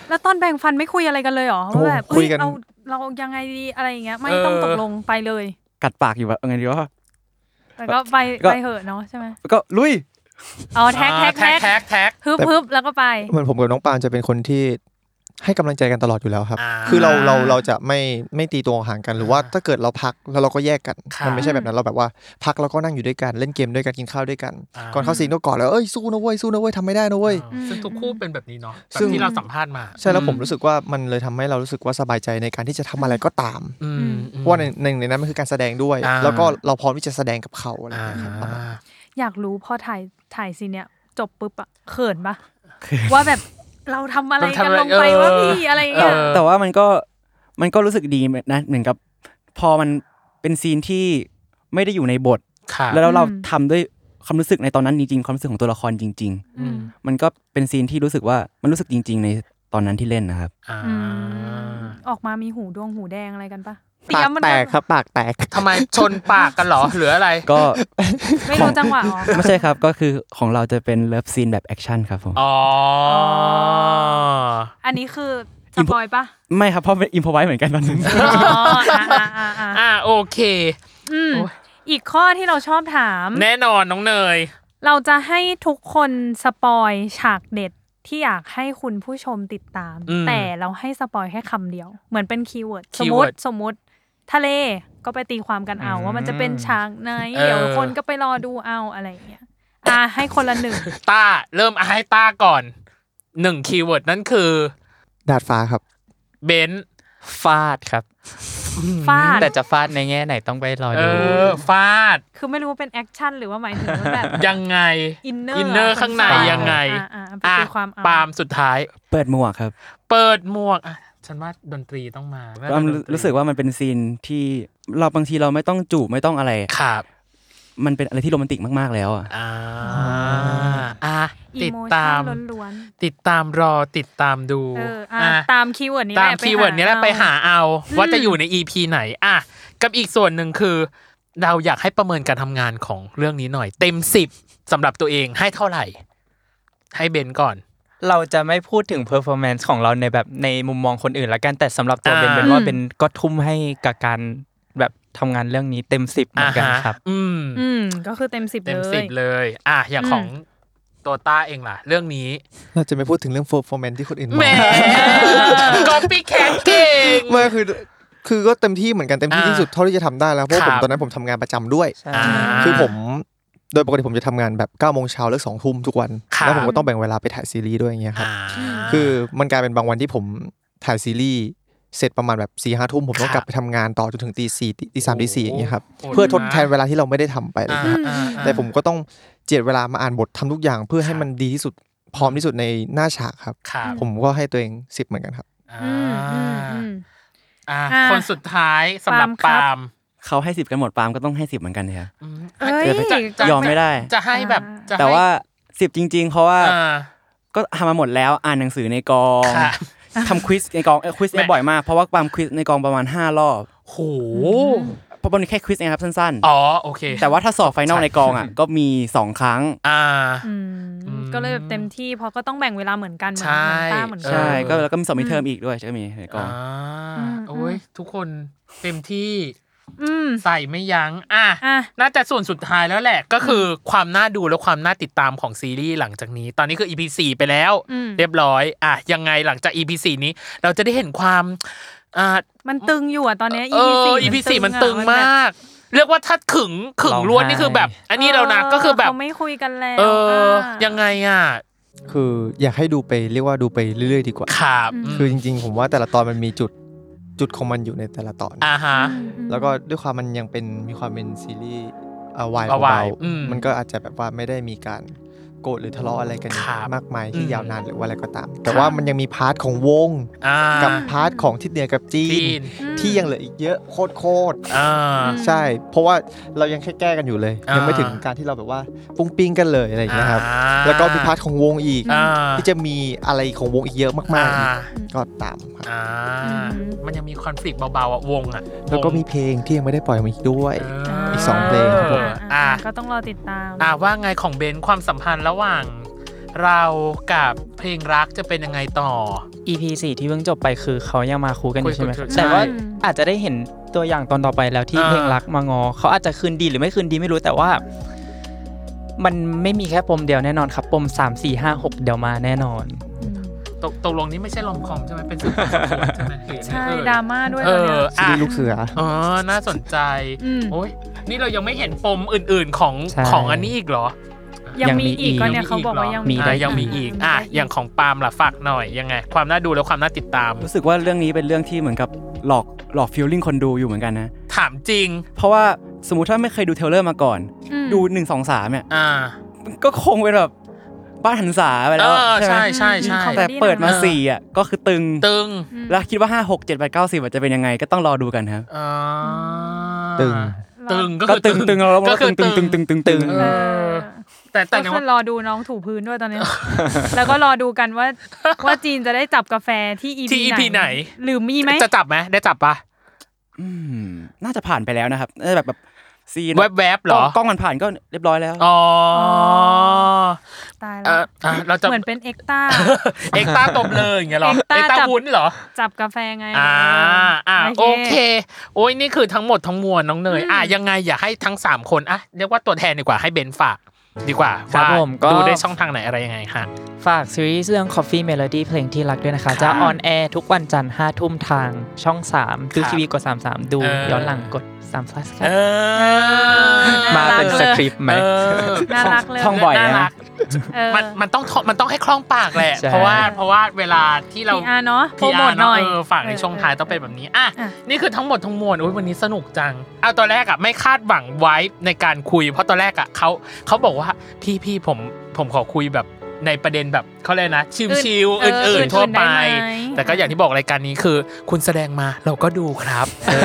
[SPEAKER 2] แล้วตอนแบ่งฟันไม่คุยอะไรกันเลยเหรอ
[SPEAKER 6] โอ้
[SPEAKER 2] ว่าแบบ
[SPEAKER 6] คุ
[SPEAKER 2] เอ้
[SPEAKER 6] ย
[SPEAKER 2] ย
[SPEAKER 6] กัน
[SPEAKER 2] เราเรายังไงดีอะไรอย่างเงี้ย ไม่ต้องตกลงไปเลย
[SPEAKER 5] กัดปากอยู่แบบเอาไงดีวะ
[SPEAKER 2] แต่ก็ไป
[SPEAKER 5] ก็
[SPEAKER 2] ไปเหอะเนาะใช่ไหม
[SPEAKER 5] ก็ลุย
[SPEAKER 2] อ๋อแท็กแท็ก
[SPEAKER 3] อ่า
[SPEAKER 2] แท็
[SPEAKER 3] แท็
[SPEAKER 2] ก
[SPEAKER 3] กแท็ก
[SPEAKER 2] ฮึบฮึบแล้วก็ไป
[SPEAKER 6] เหมือนผมกับน้องปานจะเป็นคนที่ให้กำลังใจกันตลอดอยู่แล้วครับ
[SPEAKER 3] อ่า
[SPEAKER 6] คือเราเราเราจะไม่ไม่ตีตัวห่างกันหรือว่าถ้าเกิดเราพักแล้วเราก็แยกกัน
[SPEAKER 3] ค่ะ
[SPEAKER 6] มันไม่ใช่แบบนั้นเราแบบว่าพักแล้วก็นั่งอยู่ด้วยกันเล่นเกมด้วยกันกินข้าวด้วยกัน
[SPEAKER 3] อ่า
[SPEAKER 6] ก่อนเข้าซีนก็กอดแล้วเอ้ยสู้นะเว้ยสู้นะเว้ยทำไม่ได้นะเว้ย
[SPEAKER 3] อ่าซึ่งทุกคู่เป็นแบบนี้เนาะแบบ
[SPEAKER 6] ซึ่ง
[SPEAKER 3] ที่เราสัมภาษณ์มา
[SPEAKER 6] ใช่แล้วผม
[SPEAKER 5] อืม
[SPEAKER 6] รู้สึกว่ามันเลยทำให้เรารู้สึกว่าสบายใจในการที่จะทำอะไรก็ตาม
[SPEAKER 3] อืม
[SPEAKER 6] เพราะว่าในในในนั้นมันคือการแสดงด้วย
[SPEAKER 3] อ่า
[SPEAKER 6] แล้วก็เราพร้อมที่จะแสดงกับเขาอะไรอ
[SPEAKER 3] อ่า
[SPEAKER 6] ย่างเงี้ยครับประมาณ
[SPEAKER 2] อยากรู้พอถ่ายถ่ายซีนเนี่ยจบปุ๊บอะเขิน ปะว่าแบบเราทำอะไรกันลงไปว่าพี่อะไรอย่าง
[SPEAKER 3] เอ
[SPEAKER 2] เงี้ย
[SPEAKER 3] อ
[SPEAKER 5] แต่ว่ามันก็มันก็รู้สึกดีนะเหมือนกับ พอมันเป็นซีนที่ไม่ได้อยู่ในบท
[SPEAKER 3] ค่ะ
[SPEAKER 5] แล้วเรา
[SPEAKER 2] อืม
[SPEAKER 5] ทำด้วยความรู้สึกในตอนนั้นจริงๆความรู้สึกของตัวละครจริง
[SPEAKER 3] อืม
[SPEAKER 5] ๆ มันก็เป็นซีนที่รู้สึกว่ามันรู้สึกจริง ๆ ในตอนนั้นที่เล่นนะครับ
[SPEAKER 3] อ่า
[SPEAKER 2] อืมออกมามีหูดวงหูแดงอะไรกันปะเตรี
[SPEAKER 6] ปาย ก
[SPEAKER 2] มมัน
[SPEAKER 6] แต
[SPEAKER 2] ก็
[SPEAKER 6] กครับปากแตก
[SPEAKER 3] ทำไมชนปากกันเหรอหรืออะไร
[SPEAKER 5] ก็
[SPEAKER 2] ไม่รู้จังหวะอ๋อ
[SPEAKER 5] ไม่ใช่ครับก็คือของเราจะเป็นเลิฟซีนแบบแอคชั่นครับผม
[SPEAKER 3] อ๋อ
[SPEAKER 2] อันนี้คือสปอยปะ
[SPEAKER 5] ไม่ครับเพราะเป็นอินพอไว้เหมือนกันตอน นั้น
[SPEAKER 2] อ๋ออ่ะอ่ะอ่ะอ่ะ
[SPEAKER 3] อ่าโอเค
[SPEAKER 2] อืมอีกข้อที่เราชอบถาม
[SPEAKER 3] แน่นอนน้องเนย
[SPEAKER 2] เราจะให้ทุกคนสปอยฉากเด็ดที่อยากให้คุณผู้ชมติดตาม
[SPEAKER 3] อืม
[SPEAKER 2] แต่เราให้สปอยแค่คำเดียว เหมือนเป็นคีย์เวิร์ดสมมติ
[SPEAKER 3] keyword
[SPEAKER 2] สมมติทะเลก็ไปตีความกันเอาว่ามันจะเป็นฉากไหน
[SPEAKER 3] เออ
[SPEAKER 2] เดี๋ยวคนก็ไปรอดูเอาอะไรอย่างเงี้ยอ่ะให้คนละหนึ่ง
[SPEAKER 3] ต้าเริ่มเอาให้ต้าก่อนหนึ่งคีย์เวิร์ดนั่นคือ
[SPEAKER 6] ดาดฟ้าครับ
[SPEAKER 3] เบนซ์
[SPEAKER 4] ฟาดครับ
[SPEAKER 2] ฟาด
[SPEAKER 4] แต่จะฟาดในแง่ไหนต้องไปรอ
[SPEAKER 3] เอ
[SPEAKER 4] ดู
[SPEAKER 3] อฟาด
[SPEAKER 2] คือไม่รู้ว่าเป็นแอคชั่นหรือว่าหมายถึงว่าแบบ
[SPEAKER 3] ยังไง
[SPEAKER 2] อินเนอร์
[SPEAKER 3] อินเนอร์ข้างใน
[SPEAKER 2] อ่ะ
[SPEAKER 3] ยังไง
[SPEAKER 2] อ่ะอ่ะไปตีความเอา
[SPEAKER 3] ปาล์มสุดท้าย
[SPEAKER 5] เปิดหมวกครับ
[SPEAKER 3] เปิดหมวกอ่ะฉันว่าดนตรีต้องมาแวด
[SPEAKER 5] เรา
[SPEAKER 3] ดนต
[SPEAKER 5] รู้สึกว่ามันเป็นซีนที่เราบางทีเราไม่ต้องจูบไม่ต้องอะไร
[SPEAKER 3] ครับ
[SPEAKER 5] มันเป็นอะไรที่โรแมนติกมาก ๆ แล้วอ่ะ
[SPEAKER 3] อ่าอ่ะติด
[SPEAKER 2] Emotion
[SPEAKER 3] ตาม
[SPEAKER 2] ล้วน
[SPEAKER 3] ติดตามรอติดตามดู
[SPEAKER 2] ๆเอออ่ะ
[SPEAKER 3] ะ
[SPEAKER 2] ตามคีย์เวิร์ดนี้
[SPEAKER 3] ตาม
[SPEAKER 2] แหละ
[SPEAKER 3] คีย์เวิร์ดนี้แหละ
[SPEAKER 2] อา
[SPEAKER 3] ไปหาเอา
[SPEAKER 2] อืม
[SPEAKER 3] ว่าจะอยู่ใน EP ไหนอ่ะกับอีกส่วนหนึ่งคือ เราอยากให้ประเมินการทำงานของเรื่องนี้หน่อย เต็มสิบสำหรับตัวเองให้เท่าไหร่ ให้เบนก่อน
[SPEAKER 4] เราจะไม่พูดถึง performance ของเราในแบบในมุมมองคนอื่นละกันแต่สำหรับตัวเบน
[SPEAKER 3] อ่า
[SPEAKER 4] เป็นว่าเป็นก็ทุ่มให้กับการแบบทำงานเรื่องนี้เต็มสิบเหมือนกัน
[SPEAKER 3] ฮะ
[SPEAKER 4] ครับ
[SPEAKER 3] อืม
[SPEAKER 2] อืม ก็คือเต็มสิบ
[SPEAKER 3] เต็ม
[SPEAKER 2] เล
[SPEAKER 3] สิบ
[SPEAKER 2] ย
[SPEAKER 3] เลย อ่ะอย่าง
[SPEAKER 2] อืม
[SPEAKER 3] ของตัวต้าเองล่ะ เรื่องนี้
[SPEAKER 6] เราจะไม่พูดถึงเรื่องโฟร์แมนที่คนอื่นมอง
[SPEAKER 3] แหมก็ปีแคทเก่ง
[SPEAKER 6] ไม่คือคือก็เต็มที่เหมือนกันเต็มที่ที่สุดเท่าที่จะทำได้แล้วเพราะว่าผ
[SPEAKER 3] ค
[SPEAKER 6] ม
[SPEAKER 3] รับ
[SPEAKER 6] ตอนนั้นผมทำงานประจำด้วย
[SPEAKER 3] อ่า
[SPEAKER 6] คือผมโดยปกติผมจะทำงานแบบ9ก้าโมงเช้าเลิกสองทุ่มทุกวัน
[SPEAKER 3] ครับ
[SPEAKER 6] แล้วผมก็ต้องแบ่งเวลาไปถ่ายซีรีส์ด้วยอย่างเงี้ยครับ
[SPEAKER 3] อ่า
[SPEAKER 6] คือมันกลายเป็นบางวันที่ผมถ่ายซีรีส์เสร็จประมาณแบบสี่ห้าทุ่มผมต้อง
[SPEAKER 3] ค
[SPEAKER 6] ก
[SPEAKER 3] รั
[SPEAKER 6] ลั
[SPEAKER 3] บบ
[SPEAKER 6] ไปทำงานต่อจนถึงตีสี่ตีสาม
[SPEAKER 3] โอ้โห
[SPEAKER 6] ตีสี่อย่างเงี้ยครับ
[SPEAKER 3] โหด
[SPEAKER 6] เพื่อทดแทน
[SPEAKER 3] นะ
[SPEAKER 6] เวลาที่เราไม่ได้ทำไปอะไรอ
[SPEAKER 3] อ่า
[SPEAKER 6] ย่างเงี้ยครับ
[SPEAKER 3] อ่าอ่า
[SPEAKER 6] แต่ผมก็ต้องเจียดเวลามาอ่านบททำทุกอย่างเพื่อให้มันดีที่สุดพร้อมที่สุดในหน้าฉากครับ
[SPEAKER 3] ครับ
[SPEAKER 6] ผมก็ให้ตัวเองสิบเหมือนกันครับ
[SPEAKER 3] อ่า
[SPEAKER 2] อืมอืมอืม
[SPEAKER 3] อ่ะ
[SPEAKER 2] อ่ะ
[SPEAKER 3] คนสุดท้ายสำหรับ
[SPEAKER 2] ปาล์มครับ
[SPEAKER 3] ปาล์ม
[SPEAKER 5] เขาให้สิบกันหมดปาล์มก็ต้องให้สิบเหมือนกันครับ
[SPEAKER 3] อืม
[SPEAKER 2] เอ้ย
[SPEAKER 3] จะจะจะ
[SPEAKER 5] ยอมไม่ได้
[SPEAKER 3] จะให้แบบจะให้
[SPEAKER 5] แต่ว่าสิบจริง ๆ เพราะว่า
[SPEAKER 3] อ่า
[SPEAKER 5] ก็ทำมาหมดแล้วอ่านหนังสือในกอง
[SPEAKER 3] ค่ะ
[SPEAKER 5] ทำควิสในกองเอ่อควิสเนี่ย
[SPEAKER 3] แม่
[SPEAKER 5] บ่อยมาก เพราะว่าปาล์มควิสในกองประมาณ 5 รอบ
[SPEAKER 3] โห
[SPEAKER 5] เพราะปาล์มมีแค่ควิสเองครับสั้น
[SPEAKER 3] อ๋อโอเค
[SPEAKER 5] ๆ แต่ว่าถ้าสอบไฟนอลในกอง อ่ะ ก็มี 2 ครั้ง
[SPEAKER 3] อ่า
[SPEAKER 2] อื
[SPEAKER 3] อืม
[SPEAKER 2] ม ก็เลยแบบเต็มที่เพราะก็ต้องแบ่งเวลาเหมือนกันเหมือน
[SPEAKER 3] ใช่
[SPEAKER 2] เหมือนต้าเหมือนกั
[SPEAKER 3] เออ
[SPEAKER 5] ใช่ ก็แล้วก็มีสอบมิเทอมอีกด้วยจะมีในกอง
[SPEAKER 3] อ่า
[SPEAKER 2] อืม
[SPEAKER 3] โอ้ยทุกคนเต็มที่
[SPEAKER 2] อืม
[SPEAKER 3] ใส่ไม่ยั้งอ่ะ
[SPEAKER 2] อ่ะ
[SPEAKER 3] น่าจะส่วนสุดท้ายแล้วแหละก็คือความน่าดูและความน่าติดตามของซีรีส์หลังจากนี้ ตอนนี้คือ EP 4ไปแล้ว
[SPEAKER 2] อืม
[SPEAKER 3] เรียบร้อยอ่ะยังไงหลังจาก EP 4นี้ เราจะได้เห็นความอ่า
[SPEAKER 2] มันตึงอยู่อ่ะตอนเนี้ย
[SPEAKER 3] เอ
[SPEAKER 2] EP
[SPEAKER 3] อ
[SPEAKER 2] สี่
[SPEAKER 3] EP 4มันตึง
[SPEAKER 2] อะ
[SPEAKER 3] ม
[SPEAKER 2] แบบ
[SPEAKER 3] าก เรียกว่าถ้าขึงขึง
[SPEAKER 4] ร้อง
[SPEAKER 3] ล้วน
[SPEAKER 4] ไห้
[SPEAKER 3] นี่คือแบบ อันนี้แล้วนะก็คือแบบ
[SPEAKER 2] เขาไม่คุยกันแล้ว
[SPEAKER 3] เออ
[SPEAKER 2] ะ
[SPEAKER 3] ยังไงอ่ะ
[SPEAKER 6] คืออยากให้ดูไปเรียกว่าดูไปเรื่อยๆดีกว่า
[SPEAKER 3] ขาบ
[SPEAKER 2] อืม
[SPEAKER 6] คือจริง ๆ ผมว่าแต่ละตอนมันมีจุดจุดของมันอยู่ในแต่ละตอน
[SPEAKER 3] อ่าฮะ
[SPEAKER 2] อืมอืม
[SPEAKER 6] แล้วก็ด้วยความมันยังเป็นมีความเป็นซีรีส์เอ่อวาย
[SPEAKER 3] วา
[SPEAKER 6] เบาย ๆ
[SPEAKER 3] อืม
[SPEAKER 6] มันก็อาจจะแบบว่าไม่ได้มีการโกรธหรือทะเลาะอะไรกัน
[SPEAKER 3] ครับ
[SPEAKER 6] มากมายที่
[SPEAKER 3] อืม
[SPEAKER 6] ยาวนานหรือว่าอะไรก็ตาม แต่
[SPEAKER 3] ครับ
[SPEAKER 6] ว่ามันยังมีพาร์ทของวง
[SPEAKER 3] อ่า
[SPEAKER 6] กับพาร์ทของทิศเหนือกับจี
[SPEAKER 3] จี
[SPEAKER 6] น
[SPEAKER 3] น
[SPEAKER 6] ที่ยังเหลืออีกเยอะโคตร
[SPEAKER 3] อ่า
[SPEAKER 2] ม
[SPEAKER 6] ๆใช่ เพราะว่าเรายังแค่แก้กันอยู่เลย
[SPEAKER 3] อ่ายั
[SPEAKER 6] ยังไม่ถึงการที่เราแบบว่าปุ้งปิ้งกันเลยอะไรอย่างเงี้ยครับ
[SPEAKER 3] อ่า
[SPEAKER 6] แล้วก็มีพาร์ทของวงอีก
[SPEAKER 3] อ่า
[SPEAKER 6] ที่จะมีอะไรของวงอีกเยอะ
[SPEAKER 3] อ่
[SPEAKER 6] มาก
[SPEAKER 3] า
[SPEAKER 6] ๆ ก็ตามครับ
[SPEAKER 3] อ่า
[SPEAKER 2] อืม
[SPEAKER 3] มันยังมีคอนฟ lict เบาๆอ่ะวงอ่ะ
[SPEAKER 6] แล้วก็มีเพลงที่ยังไม่ได้ปล่อยมาอีกด้วย อีกสองเพลงครับผม
[SPEAKER 3] อ่า
[SPEAKER 2] อ่ะก็ต้องรอติดตาม
[SPEAKER 3] อ่าว่าไงของเบนความสัมพันธ์ระหว่าง เรากับเพลงรักจะเป็นยังไงต่อ
[SPEAKER 4] EP สี่ที่เพิ่งจบไปคือเขายังมาคูกันอยู่ใช่ไหม
[SPEAKER 3] คุยกันอยู่
[SPEAKER 4] แต่ว่า
[SPEAKER 2] ใช่
[SPEAKER 4] อาจจะได้เห็นตัวอย่างตอนต่อไปแล้วที่
[SPEAKER 3] อ่า
[SPEAKER 4] เพลงรักมางอ เขาอาจจะคืนดีหรือไม่คืนดีไม่รู้แต่ว่า มันไม่มีแค่ปมเดียวแน่นอนครับ ปมสามสี่ห้าหกเดี๋ยวมาแน่นอน
[SPEAKER 2] อืม
[SPEAKER 3] ตกตกลงนี้ไม่ใช่ลอมคอมใช่ไหมเป็นสื่อความสัมพันธ์ใช่ไหมหรือยังไง
[SPEAKER 2] ใช่
[SPEAKER 3] เอ่ย
[SPEAKER 2] ดราม่าด้วย
[SPEAKER 3] เอ
[SPEAKER 2] ตอนเนี้
[SPEAKER 3] อย
[SPEAKER 6] ซี
[SPEAKER 3] อ่ะ
[SPEAKER 6] รีส์ลูกเสือ
[SPEAKER 3] อ๋อน่าสนใจ
[SPEAKER 2] อืม
[SPEAKER 3] โอ้ยนี่เรายังไม่เห็นปมอื่น ๆของ
[SPEAKER 4] ใช่
[SPEAKER 3] ของอันนี้อีกเหรอ
[SPEAKER 2] ยัง
[SPEAKER 4] ยังมี
[SPEAKER 2] มีอีก
[SPEAKER 4] อีก
[SPEAKER 2] ก็เนี่ยเขาบอกว่ายังมี
[SPEAKER 3] อ่ะ
[SPEAKER 2] อีก
[SPEAKER 3] ยังมีอีกอ่ะอย่างของปาล์มล่ะฝากหน่อยยังไง ความน่าดูและความน่าติดตาม
[SPEAKER 5] รู้สึกว่าเรื่องนี้เป็นเรื่องที่เหมือนกับหลอกหลอกฟิลลิ่งคนดูอยู่เหมือนกันนะ
[SPEAKER 3] ถามจริง
[SPEAKER 5] เพราะว่าสมมติถ้าไม่เคยดูเทรลเลอร์มาก่อน
[SPEAKER 2] อืม
[SPEAKER 5] ดู 1 2 3เนี่ย
[SPEAKER 3] อ่า
[SPEAKER 5] มันก็คงเป็นแบบบ้านหันษาไป
[SPEAKER 3] เอ
[SPEAKER 5] แล้ว
[SPEAKER 3] อ
[SPEAKER 5] ใช่ไหม
[SPEAKER 3] ใช่ใช่ใช่
[SPEAKER 2] ของ
[SPEAKER 5] แต่เปิดมา
[SPEAKER 3] เออ
[SPEAKER 5] สี่อ่ะก็คือตึง
[SPEAKER 3] ตึง
[SPEAKER 2] อืม
[SPEAKER 5] แล้วคิดว่า 5 6 7 8 9 10อาจจะเป็นยังไงก็ต้องรอดูกันครับ
[SPEAKER 3] อ่า
[SPEAKER 6] ตึง
[SPEAKER 3] ตึงก็
[SPEAKER 5] ก็
[SPEAKER 3] คือ
[SPEAKER 5] ตึงตึงเรา
[SPEAKER 3] ก็คือ
[SPEAKER 5] ตึงตึงตึงตึงตึง
[SPEAKER 3] เอ
[SPEAKER 2] เอ
[SPEAKER 3] อ
[SPEAKER 2] อ
[SPEAKER 3] แต่แต่
[SPEAKER 2] ก็
[SPEAKER 3] ยัง
[SPEAKER 2] คือรอดูน้องถูพื้นด้วยตอนเนี้ยแล้วก็รอดูกัน ว่า ว่าจีนจะได้จับกาแฟที่ EP
[SPEAKER 3] ที่ EP ไหน
[SPEAKER 2] หรือมีไหม
[SPEAKER 3] จะจับไหมได้จับปะ
[SPEAKER 5] อืมน่าจะผ่านไปแล้วนะครับน่าจะแบบแบบซีน
[SPEAKER 3] แวบๆเหรอก
[SPEAKER 5] ล้องมันผ่านก็เรียบร้อยแล้ว
[SPEAKER 3] อ๋อ
[SPEAKER 2] ตายแล้
[SPEAKER 3] เอ
[SPEAKER 2] ว
[SPEAKER 3] ออ่ะเราจะ
[SPEAKER 2] เหมือนเป็นเอ็ก ต้า
[SPEAKER 3] เอ็กซ์ต้าตบเลยอย่างเงี้ยเหรอ
[SPEAKER 2] เอ็กซ์ต้า
[SPEAKER 3] เอ็กซ์ต้า
[SPEAKER 2] จับ
[SPEAKER 3] วุ้นเหรอ
[SPEAKER 2] จับกาแฟไง
[SPEAKER 3] อ่าอ่า
[SPEAKER 2] โอ
[SPEAKER 3] โอ
[SPEAKER 2] เค
[SPEAKER 3] เค โอ้ยนี่คือทั้งหมดทั้งมวลน้องเนย
[SPEAKER 2] อืม
[SPEAKER 3] อ่ะยังไงอยากให้ทั้ง 3 คนอ่ะเรียกว่าตัวแทนดีกว่าให้เบนฝากดีกว่า
[SPEAKER 4] ครับ
[SPEAKER 3] ว่า
[SPEAKER 4] ผมก็
[SPEAKER 3] ดูได้ช่องทางไหนอะไรยังไงฮะ
[SPEAKER 4] ฝากซีรีส์เรื่อง Coffee Melody เพลงที่รักด้วยนะคะ จะออนแอร์ทุกวันจันทร์5ทุ่มทางช่อง 3 ดู
[SPEAKER 3] ครับ
[SPEAKER 4] ทีวีกด 33 ดู
[SPEAKER 3] เออ
[SPEAKER 4] ย้อนหลังกด3 plus ค
[SPEAKER 3] เอ
[SPEAKER 4] รับ
[SPEAKER 3] อ
[SPEAKER 4] มาเป็นสคริปต์ไหม
[SPEAKER 3] เออ
[SPEAKER 2] น่ารักเลย
[SPEAKER 5] ท่องบ่อย
[SPEAKER 3] น่า
[SPEAKER 5] นะ
[SPEAKER 3] รัก
[SPEAKER 2] เออ
[SPEAKER 3] มันมันต้องมันต้องให้คล่องปากแหละ
[SPEAKER 4] ใช่
[SPEAKER 3] เพราะว่าเพราะว่าเวลาที่เรา
[SPEAKER 2] พีอาร์เนาะโปรโมท
[SPEAKER 3] PR
[SPEAKER 2] หน่อย
[SPEAKER 3] เฝากในช่วงท้ายต้องเป็นแบบนี้อ่ะ
[SPEAKER 2] อ่ะ
[SPEAKER 3] นี่คือทั้งหมดทั้งมวลโอ้ยวันนี้สนุกจังเอาตอนแรกอ่ะไม่คาดหวังไว้ในการคุย เพราะตอนแรกอ่ะเขาเขาบอกว่าพี่พี่ผมผมขอคุยแบบในประเด็นแบบเขาเรียกนะชิวชิวๆ
[SPEAKER 2] เออ
[SPEAKER 3] อื่น
[SPEAKER 2] อื่นๆ
[SPEAKER 3] ๆทั่วไป
[SPEAKER 2] ได้ไหม
[SPEAKER 3] แต่ก็อย่างที่บอกรายการนี้คือ คุณแสดงมาเราก็ดูครับเอ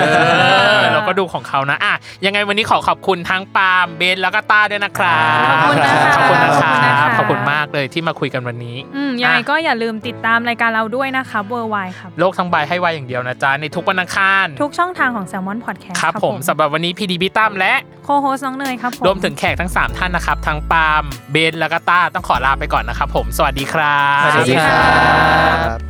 [SPEAKER 3] อเราก็ดูของเขานะอ่ะยังไงวันนี้ขอขอบคุณทั้งปาล์มเบนซ์แล้วก็ต้าด้วยนะครับ
[SPEAKER 2] ขอบคุณนะคะ
[SPEAKER 3] ขอบคุณนะครั
[SPEAKER 2] ขอบคุณนะคะ
[SPEAKER 3] บขอบคุณมากเลยที่มาคุยกันวันนี้
[SPEAKER 2] อืมยังไงก็อย่าลืมติดตามรายการเราด้วยนะคะเบอร์ไวครับ
[SPEAKER 3] โลกทั้งใบให้ไวอย่างเดียวนะจ๊ะ ในทุกวันอังคาร
[SPEAKER 2] ทุกช่องทางของ s ซ l m o n Podcast
[SPEAKER 3] ครับผมสำหรับวันนี้พีดีพิตั้มและ
[SPEAKER 2] โคโฮสน้องเนยครับผม
[SPEAKER 3] รวมถึงแขกทั้ง 3 ท่านนะครับ ทั้งปาล์มเบนแล้วก็ต้า ต้องขอลาไปก่อนนะครับผม สวัสดีครับ
[SPEAKER 4] สวัสดีครับ
[SPEAKER 6] บ